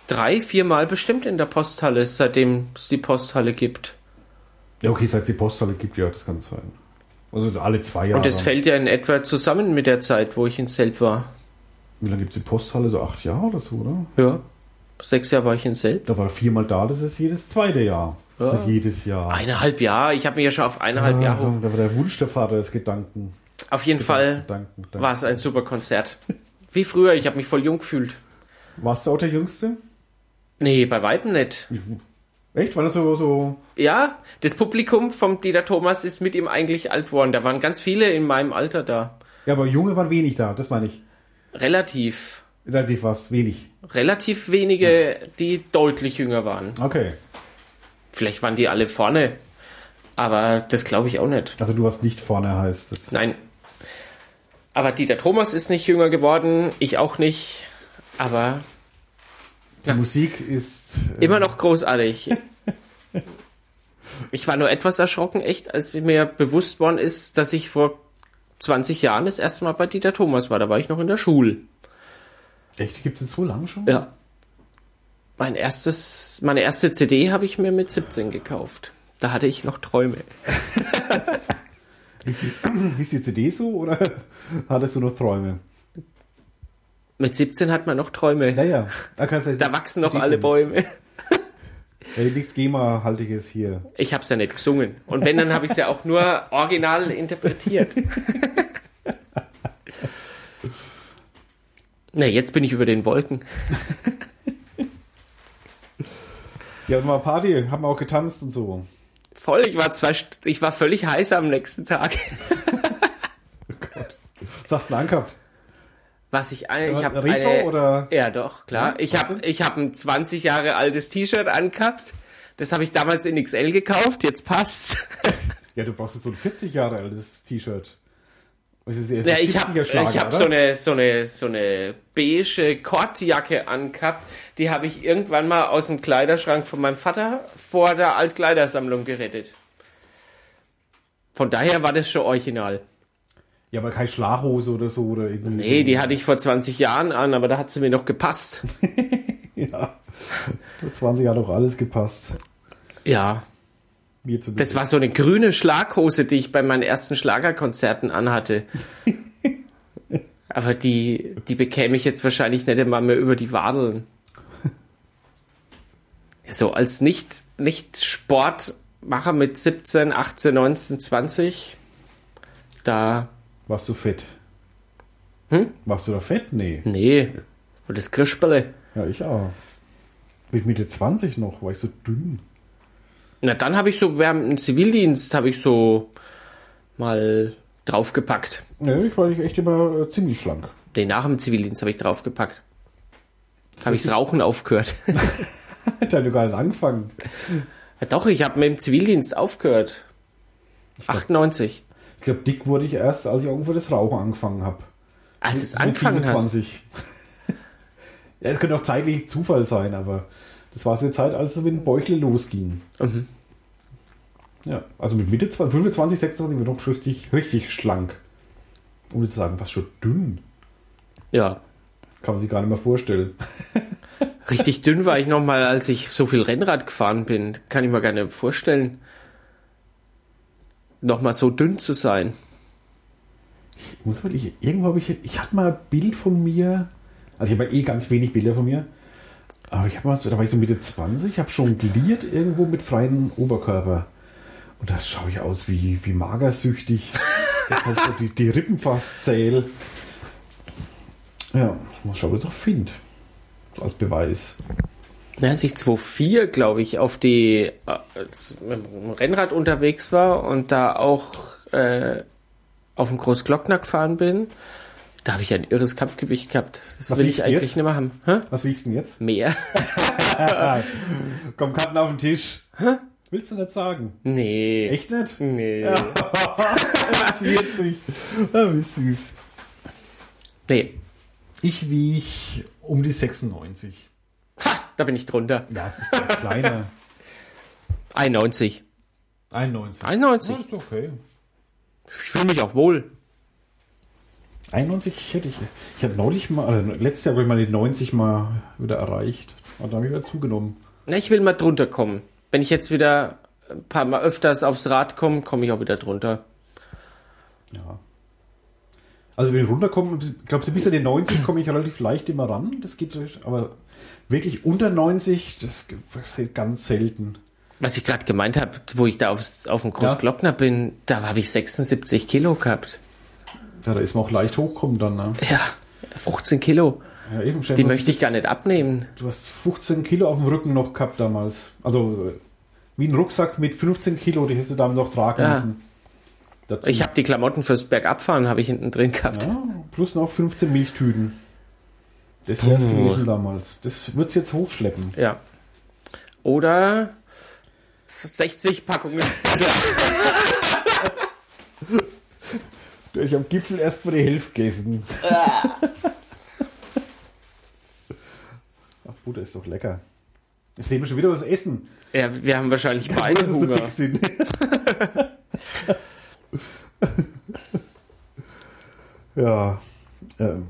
Speaker 1: drei, viermal bestimmt in der Posthalle, seitdem es die Posthalle gibt.
Speaker 2: Ja, okay, seit die Posthalle gibt, ja, das kann sein. Also alle zwei Jahre.
Speaker 1: Und das fällt ja in etwa zusammen mit der Zeit, wo ich in Selb war.
Speaker 2: Wie lange gibt es die Posthalle? So acht Jahre oder so, oder?
Speaker 1: Ja. Sechs Jahre war ich in Selb.
Speaker 2: Da war viermal da, das ist jedes zweite Jahr.
Speaker 1: Ja.
Speaker 2: Nicht jedes Jahr.
Speaker 1: Eineinhalb Jahre, ich habe mich ja schon auf eineinhalb
Speaker 2: Ah,
Speaker 1: Jahre.
Speaker 2: Da war der Wunsch der Vater des Gedanken.
Speaker 1: Auf jeden Fall
Speaker 2: Gedanken, Gedanken.
Speaker 1: war es ein super Konzert. Wie früher, ich habe mich voll jung gefühlt.
Speaker 2: Warst du auch der Jüngste?
Speaker 1: Nee, bei weitem nicht.
Speaker 2: Echt? War das so, so
Speaker 1: Ja, das Publikum vom Dieter Thomas ist mit ihm eigentlich alt geworden. Da waren ganz viele in meinem Alter da.
Speaker 2: Ja, aber Junge waren wenig da, das meine ich.
Speaker 1: Relativ.
Speaker 2: Relativ was, wenig.
Speaker 1: Relativ wenige, die deutlich jünger waren.
Speaker 2: Okay.
Speaker 1: Vielleicht waren die alle vorne. Aber das glaube ich auch nicht.
Speaker 2: Also du warst nicht vorne, heißt es.
Speaker 1: Nein. Aber Dieter Thomas ist nicht jünger geworden. Ich auch nicht. Aber
Speaker 2: Die Musik ist. äh,
Speaker 1: Immer noch großartig. Ich war nur etwas erschrocken, echt, als mir bewusst worden ist, dass ich vor 20 Jahren das erste Mal bei Dieter Thomas war. Da war ich noch in der Schule.
Speaker 2: Echt? Gibt es so lange schon?
Speaker 1: Ja. Mein erstes, meine erste CD habe ich mir mit 17 gekauft. Da hatte ich noch Träume.
Speaker 2: Hieß die CD so oder hattest du noch Träume?
Speaker 1: Mit 17 hat man noch Träume.
Speaker 2: Ja, ja. Da, kannst du-
Speaker 1: Da wachsen noch
Speaker 2: CDs
Speaker 1: alle
Speaker 2: sind.
Speaker 1: Bäume.
Speaker 2: Ja, nichts GEMA-haltiges hier.
Speaker 1: Ich habe es ja nicht gesungen. Und wenn, dann habe ich es ja auch nur original interpretiert. Na, jetzt bin ich über den Wolken.
Speaker 2: Ja, und mal Party, haben wir auch getanzt und so.
Speaker 1: Voll, ich war zwei, St- ich war völlig heiß am nächsten Tag.
Speaker 2: Was hast du denn angehabt?
Speaker 1: Was ich, ein- ich habe
Speaker 2: Revo
Speaker 1: eine,
Speaker 2: oder?
Speaker 1: ja doch klar, ich habe ich habe ein 20 Jahre altes T-Shirt angehabt. Das habe ich damals in XL gekauft. Jetzt passt's.
Speaker 2: Ja, du brauchst jetzt so ein 40 Jahre altes T-Shirt. Das ist erst
Speaker 1: Ja,
Speaker 2: ein
Speaker 1: Äh, ich habe
Speaker 2: 40er
Speaker 1: ich
Speaker 2: Schlager,
Speaker 1: habe
Speaker 2: oder?
Speaker 1: so eine so eine so eine beige Kordjacke angehabt. Die habe ich irgendwann mal aus dem Kleiderschrank von meinem Vater vor der Altkleidersammlung gerettet. Von daher war das schon original.
Speaker 2: Ja, aber keine Schlafhose oder so oder irgendwie.
Speaker 1: Nee, die hatte ich vor 20 Jahren an, aber da hat sie mir noch gepasst.
Speaker 2: Ja. Vor 20 hat auch alles gepasst.
Speaker 1: Ja,
Speaker 2: Mir zu
Speaker 1: Das war so eine grüne Schlaghose, die ich bei meinen ersten Schlagerkonzerten anhatte. Aber die, die bekäme ich jetzt wahrscheinlich nicht einmal mehr über die Wadeln. So als nicht, nicht Sportmacher mit 17, 18, 19, 20, da,
Speaker 2: Warst du fett?
Speaker 1: Hm?
Speaker 2: Warst du da fett? Nee.
Speaker 1: nee, und das Krischbälle.
Speaker 2: Ja, ich auch. Mit Mitte 20 noch, war ich so dünn.
Speaker 1: Na, dann habe ich so, während dem Zivildienst habe ich so mal draufgepackt.
Speaker 2: Nee, ich war nicht echt immer äh, ziemlich schlank.
Speaker 1: Nee, nach dem Zivildienst habe ich draufgepackt. Habe ich das Rauchen aufgehört.
Speaker 2: Hätte ja gar nicht angefangen.
Speaker 1: Ja, doch, ich habe mit dem Zivildienst aufgehört. 98.
Speaker 2: Ich glaube, dick wurde ich erst, als ich irgendwo das Rauchen angefangen habe.
Speaker 1: Als es angefangen hast.
Speaker 2: ja, es könnte auch zeitlich Zufall sein, aber das war so eine Zeit, als es mit dem Bäuchle losging.
Speaker 1: Mhm.
Speaker 2: Ja, also mit Mitte 20, 25, 26 war ich noch richtig, richtig schlank. Um nicht zu sagen, was schon dünn.
Speaker 1: Ja.
Speaker 2: Kann man sich gar nicht mehr vorstellen.
Speaker 1: Richtig dünn war ich nochmal, als ich so viel Rennrad gefahren bin. Kann ich mir gar nicht vorstellen. Nochmal so dünn zu sein.
Speaker 2: Ich muss wirklich, irgendwo habe ich, ich hatte mal ein Bild von mir, also ich habe ja eh ganz wenig Bilder von mir, aber ich habe mal so, da war ich so Mitte 20, habe jongliert irgendwo mit freiem Oberkörper. Und da schaue ich aus wie, wie magersüchtig. Das heißt, die, die Rippen fast zähl. Ja, ich muss schauen, was ich noch finde. Als Beweis.
Speaker 1: Ja, als ich 2004, glaube ich, auf die äh, als mit dem Rennrad unterwegs war und da auch äh, auf dem Großglockner gefahren bin, da habe ich ein irres Kampfgewicht gehabt. Das
Speaker 2: Was
Speaker 1: will ich
Speaker 2: wiegst du
Speaker 1: eigentlich
Speaker 2: jetzt?
Speaker 1: nicht mehr haben. Hä?
Speaker 2: Was wiegst du denn jetzt?
Speaker 1: Mehr?
Speaker 2: Komm, Karten auf den Tisch. Willst du nicht sagen?
Speaker 1: Nee.
Speaker 2: Echt nicht?
Speaker 1: Nee.
Speaker 2: Das ist witzig. Ah, wie süß.
Speaker 1: Nee.
Speaker 2: Ich wiege um die 96.
Speaker 1: Ha, da bin ich drunter.
Speaker 2: Ja, ich bin kleiner.
Speaker 1: 91.
Speaker 2: 91.
Speaker 1: 91.
Speaker 2: Ja, ist okay.
Speaker 1: Ich fühle mich auch wohl.
Speaker 2: 91 hätte ich. Ich habe neulich mal, äh, letztes Jahr habe ich mal die 90 mal wieder erreicht. Und da habe ich wieder zugenommen.
Speaker 1: Na, ich will mal drunter kommen. Wenn ich jetzt wieder ein paar Mal öfters aufs Rad komme, komme ich auch wieder drunter.
Speaker 2: Ja. Also wenn ich runterkomme, ich glaube, bis an die 90 komme ich relativ leicht immer ran. Das geht, aber wirklich unter 90, das passiert ganz selten.
Speaker 1: Was ich gerade gemeint habe, wo ich da aufs, auf dem Großglockner bin, da habe ich 76 Kilo gehabt.
Speaker 2: Ja, da ist man auch leicht hochkommen dann. Ne?
Speaker 1: Ja, 15 Kilo.
Speaker 2: Ja, eben,
Speaker 1: Die möchte ich gar nicht abnehmen.
Speaker 2: Du hast 15 Kilo auf dem Rücken noch gehabt damals. Also äh, wie ein Rucksack mit 15 Kilo, die hättest du damals noch tragen
Speaker 1: Ja.
Speaker 2: müssen. Dazu.
Speaker 1: Ich habe die Klamotten fürs Bergabfahren habe ich hinten drin gehabt.
Speaker 2: ja, plus noch 15 Milchtüten. Das wär's
Speaker 1: Puh.
Speaker 2: gewesen damals. Das wird's jetzt hochschleppen.
Speaker 1: Ja. Oder 60 Packungen.
Speaker 2: Ich am Gipfel erst mal die Hälfte gegessen.
Speaker 1: Ah.
Speaker 2: Ach, Butter ist doch lecker. Jetzt nehmen wir schon wieder was essen.
Speaker 1: ja, wir haben wahrscheinlich
Speaker 2: Nur,
Speaker 1: beide
Speaker 2: dass wir so
Speaker 1: Hunger.
Speaker 2: dick sind. ja. Ähm,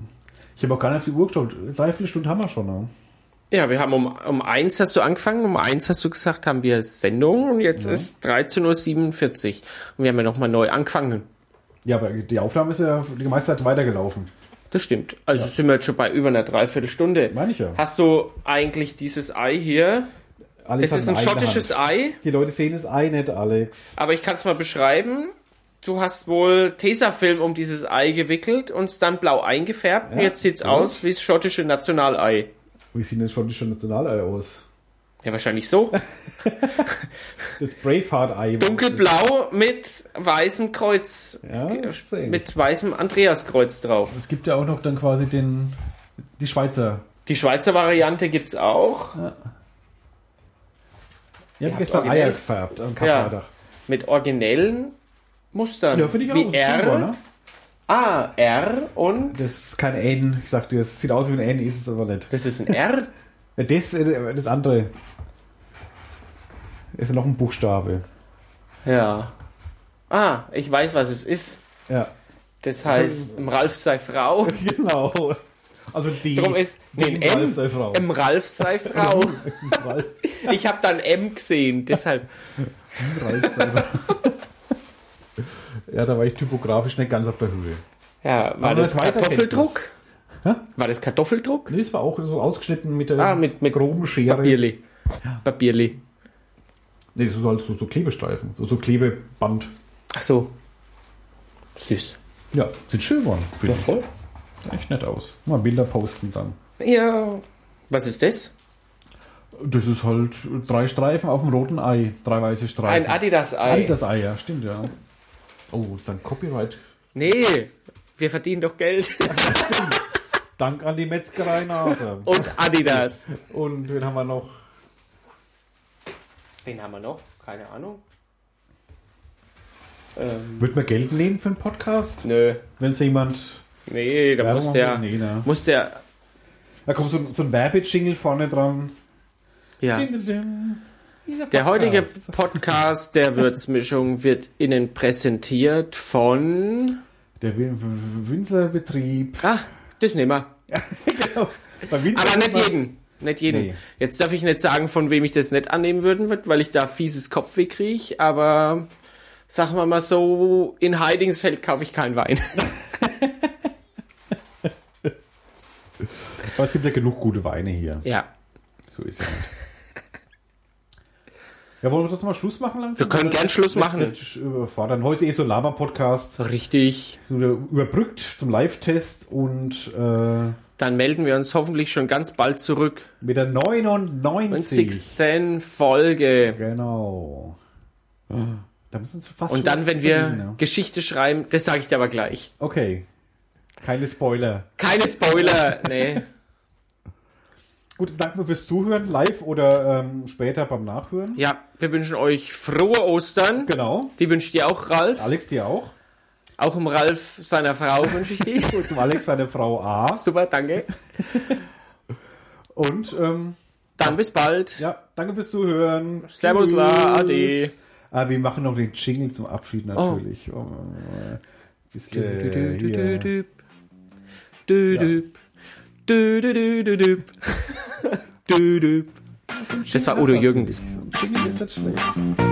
Speaker 2: ich habe auch gar nicht auf die Uhr geschaut. Drei, vier Stunden haben wir schon. Ne?
Speaker 1: Ja, wir haben um, um eins hast du angefangen, um eins hast du gesagt, haben wir Sendung und jetzt ist 13.47 Uhr. Und wir haben ja nochmal neu angefangen.
Speaker 2: Ja, aber die Aufnahme ist ja die meiste Zeit weitergelaufen.
Speaker 1: Das stimmt. Also sind wir jetzt schon bei über einer Dreiviertelstunde.
Speaker 2: Meine ich ja.
Speaker 1: Hast du eigentlich dieses Ei hier? Das
Speaker 2: Alex hat
Speaker 1: ist ein
Speaker 2: eine eigene
Speaker 1: schottisches
Speaker 2: Hand.
Speaker 1: Ei,
Speaker 2: Die Leute sehen das Ei nicht, Alex.
Speaker 1: aber ich kann es mal beschreiben. Du hast wohl Tesafilm um dieses Ei gewickelt und es dann blau eingefärbt. und
Speaker 2: Ja,
Speaker 1: jetzt sieht's
Speaker 2: ja.
Speaker 1: aus wie das schottische Nationalei.
Speaker 2: Wie sieht denn das schottische Nationalei aus?
Speaker 1: Ja, wahrscheinlich so.
Speaker 2: Das Braveheart-Ei.
Speaker 1: Dunkelblau mit weißem Kreuz.
Speaker 2: Ja, das ist ähnlich.
Speaker 1: mit weißem Andreaskreuz drauf.
Speaker 2: Es gibt ja auch noch dann quasi den, die Schweizer.
Speaker 1: Die Schweizer Variante gibt's auch.
Speaker 2: Ich habe
Speaker 1: habt
Speaker 2: gestern
Speaker 1: originell-
Speaker 2: Eier gefärbt am
Speaker 1: Ja.
Speaker 2: Karfreitag.
Speaker 1: Mit originellen Mustern. Wie R,
Speaker 2: super, ne?
Speaker 1: A, R und.
Speaker 2: Das ist kein N. Ich sag dir, es sieht aus wie ein N, ist es aber nicht.
Speaker 1: Das ist ein R?
Speaker 2: Das, äh, das andere ist ja noch ein Buchstabe.
Speaker 1: ja. Ah, ich weiß, was es ist.
Speaker 2: Ja,
Speaker 1: Das heißt, im Ralf sei Frau.
Speaker 2: genau. Also die.
Speaker 1: Drum ist den
Speaker 2: Im Ralf
Speaker 1: M.
Speaker 2: sei Frau.
Speaker 1: Im Ralf sei Frau.
Speaker 2: Im Ralf-
Speaker 1: Ich habe dann M gesehen, deshalb.
Speaker 2: im Ralf sei Frau. ja, da war ich typografisch nicht ganz auf der Höhe.
Speaker 1: Ja, war
Speaker 2: Aber
Speaker 1: das
Speaker 2: das weiß er
Speaker 1: Kartoffeldruck?
Speaker 2: Hä?
Speaker 1: War das Kartoffeldruck?
Speaker 2: Nee, das war auch so ausgeschnitten mit der
Speaker 1: Ah, mit- mit
Speaker 2: groben Schere.
Speaker 1: Papierli. Papierli.
Speaker 2: Nee, das ist halt so, so Klebestreifen, so, so Klebeband.
Speaker 1: Ach so. Süß.
Speaker 2: Ja, sieht schön geworden.
Speaker 1: Ja,
Speaker 2: finde ich.
Speaker 1: voll.
Speaker 2: Echt nett aus. Mal Bilder posten dann.
Speaker 1: Ja. Was ist das?
Speaker 2: Das ist halt drei Streifen auf dem roten Ei. Drei weiße Streifen.
Speaker 1: Ein Adidas-Ei.
Speaker 2: Adidas Ei, ja, stimmt, ja. Oh, ist dann Copyright.
Speaker 1: Nee, wir verdienen doch Geld.
Speaker 2: Dank an die Metzgerei Nase.
Speaker 1: Und Adidas.
Speaker 2: Und wen haben wir noch?
Speaker 1: Wen haben wir noch? Keine Ahnung. Ähm,
Speaker 2: Wird man Geld nehmen für einen Podcast?
Speaker 1: nö.
Speaker 2: Wenn es jemand.
Speaker 1: Nee, da
Speaker 2: Werbung
Speaker 1: muss
Speaker 2: macht?
Speaker 1: der,
Speaker 2: Nee, ne?
Speaker 1: muss der,
Speaker 2: Da kommt so, so ein Werbejingle vorne dran.
Speaker 1: ja.
Speaker 2: Din, din, din. Dieser
Speaker 1: Der heutige
Speaker 2: Podcast.
Speaker 1: Podcast der Würzmischung wird Ihnen präsentiert von,
Speaker 2: Der Win- Winzerbetrieb.
Speaker 1: ah, das nehmen wir.
Speaker 2: Bei Winzer
Speaker 1: Aber nicht
Speaker 2: immer-
Speaker 1: jeden. Nicht jeden.
Speaker 2: Nee.
Speaker 1: Jetzt darf ich nicht sagen, von wem ich das nicht annehmen würden wird, weil ich da fieses Kopfweh kriege, aber sagen wir mal so, in Heidingsfeld kaufe ich keinen Wein.
Speaker 2: Aber es gibt ja genug gute Weine hier.
Speaker 1: Ja.
Speaker 2: So ist ja nicht. Ja, wollen wir das mal Schluss machen langsam?
Speaker 1: Wir können gern Schluss machen.
Speaker 2: Überfordern. Heute ist eh so ein Laber-Podcast.
Speaker 1: Richtig.
Speaker 2: So der überbrückt zum Live-Test und äh,
Speaker 1: Dann melden wir uns hoffentlich schon ganz bald zurück.
Speaker 2: mit der 99.
Speaker 1: Und 16. Folge.
Speaker 2: Genau. Da müssen wir uns fast schon
Speaker 1: Und dann,
Speaker 2: was
Speaker 1: wenn
Speaker 2: verdienen,
Speaker 1: wir
Speaker 2: ja.
Speaker 1: Geschichte schreiben, das sage ich dir aber gleich.
Speaker 2: Okay. Keine Spoiler.
Speaker 1: Keine Spoiler. Nee.
Speaker 2: Gut, danke fürs Zuhören, live oder ähm, später beim Nachhören.
Speaker 1: Ja, wir wünschen euch frohe Ostern.
Speaker 2: Genau.
Speaker 1: Die wünscht ihr auch, Ralf.
Speaker 2: Alex dir auch.
Speaker 1: Auch um Ralf, seiner Frau, wünsche ich die.
Speaker 2: Und Alex, seine Frau A.
Speaker 1: Super, danke.
Speaker 2: Und ähm,
Speaker 1: Dann bis bald.
Speaker 2: ja, danke fürs Zuhören.
Speaker 1: Servus, la, ade.
Speaker 2: Ah, wir machen noch den Jingle zum Abschied natürlich. Oh. bisschen Äh, hier.
Speaker 1: Dü-dü-dü-dü-düp. Dü-düp. Dü-dü-dü-dü-düp. Dü-düp. Das war Udo Jürgens.
Speaker 2: Jingle ist nicht schlecht.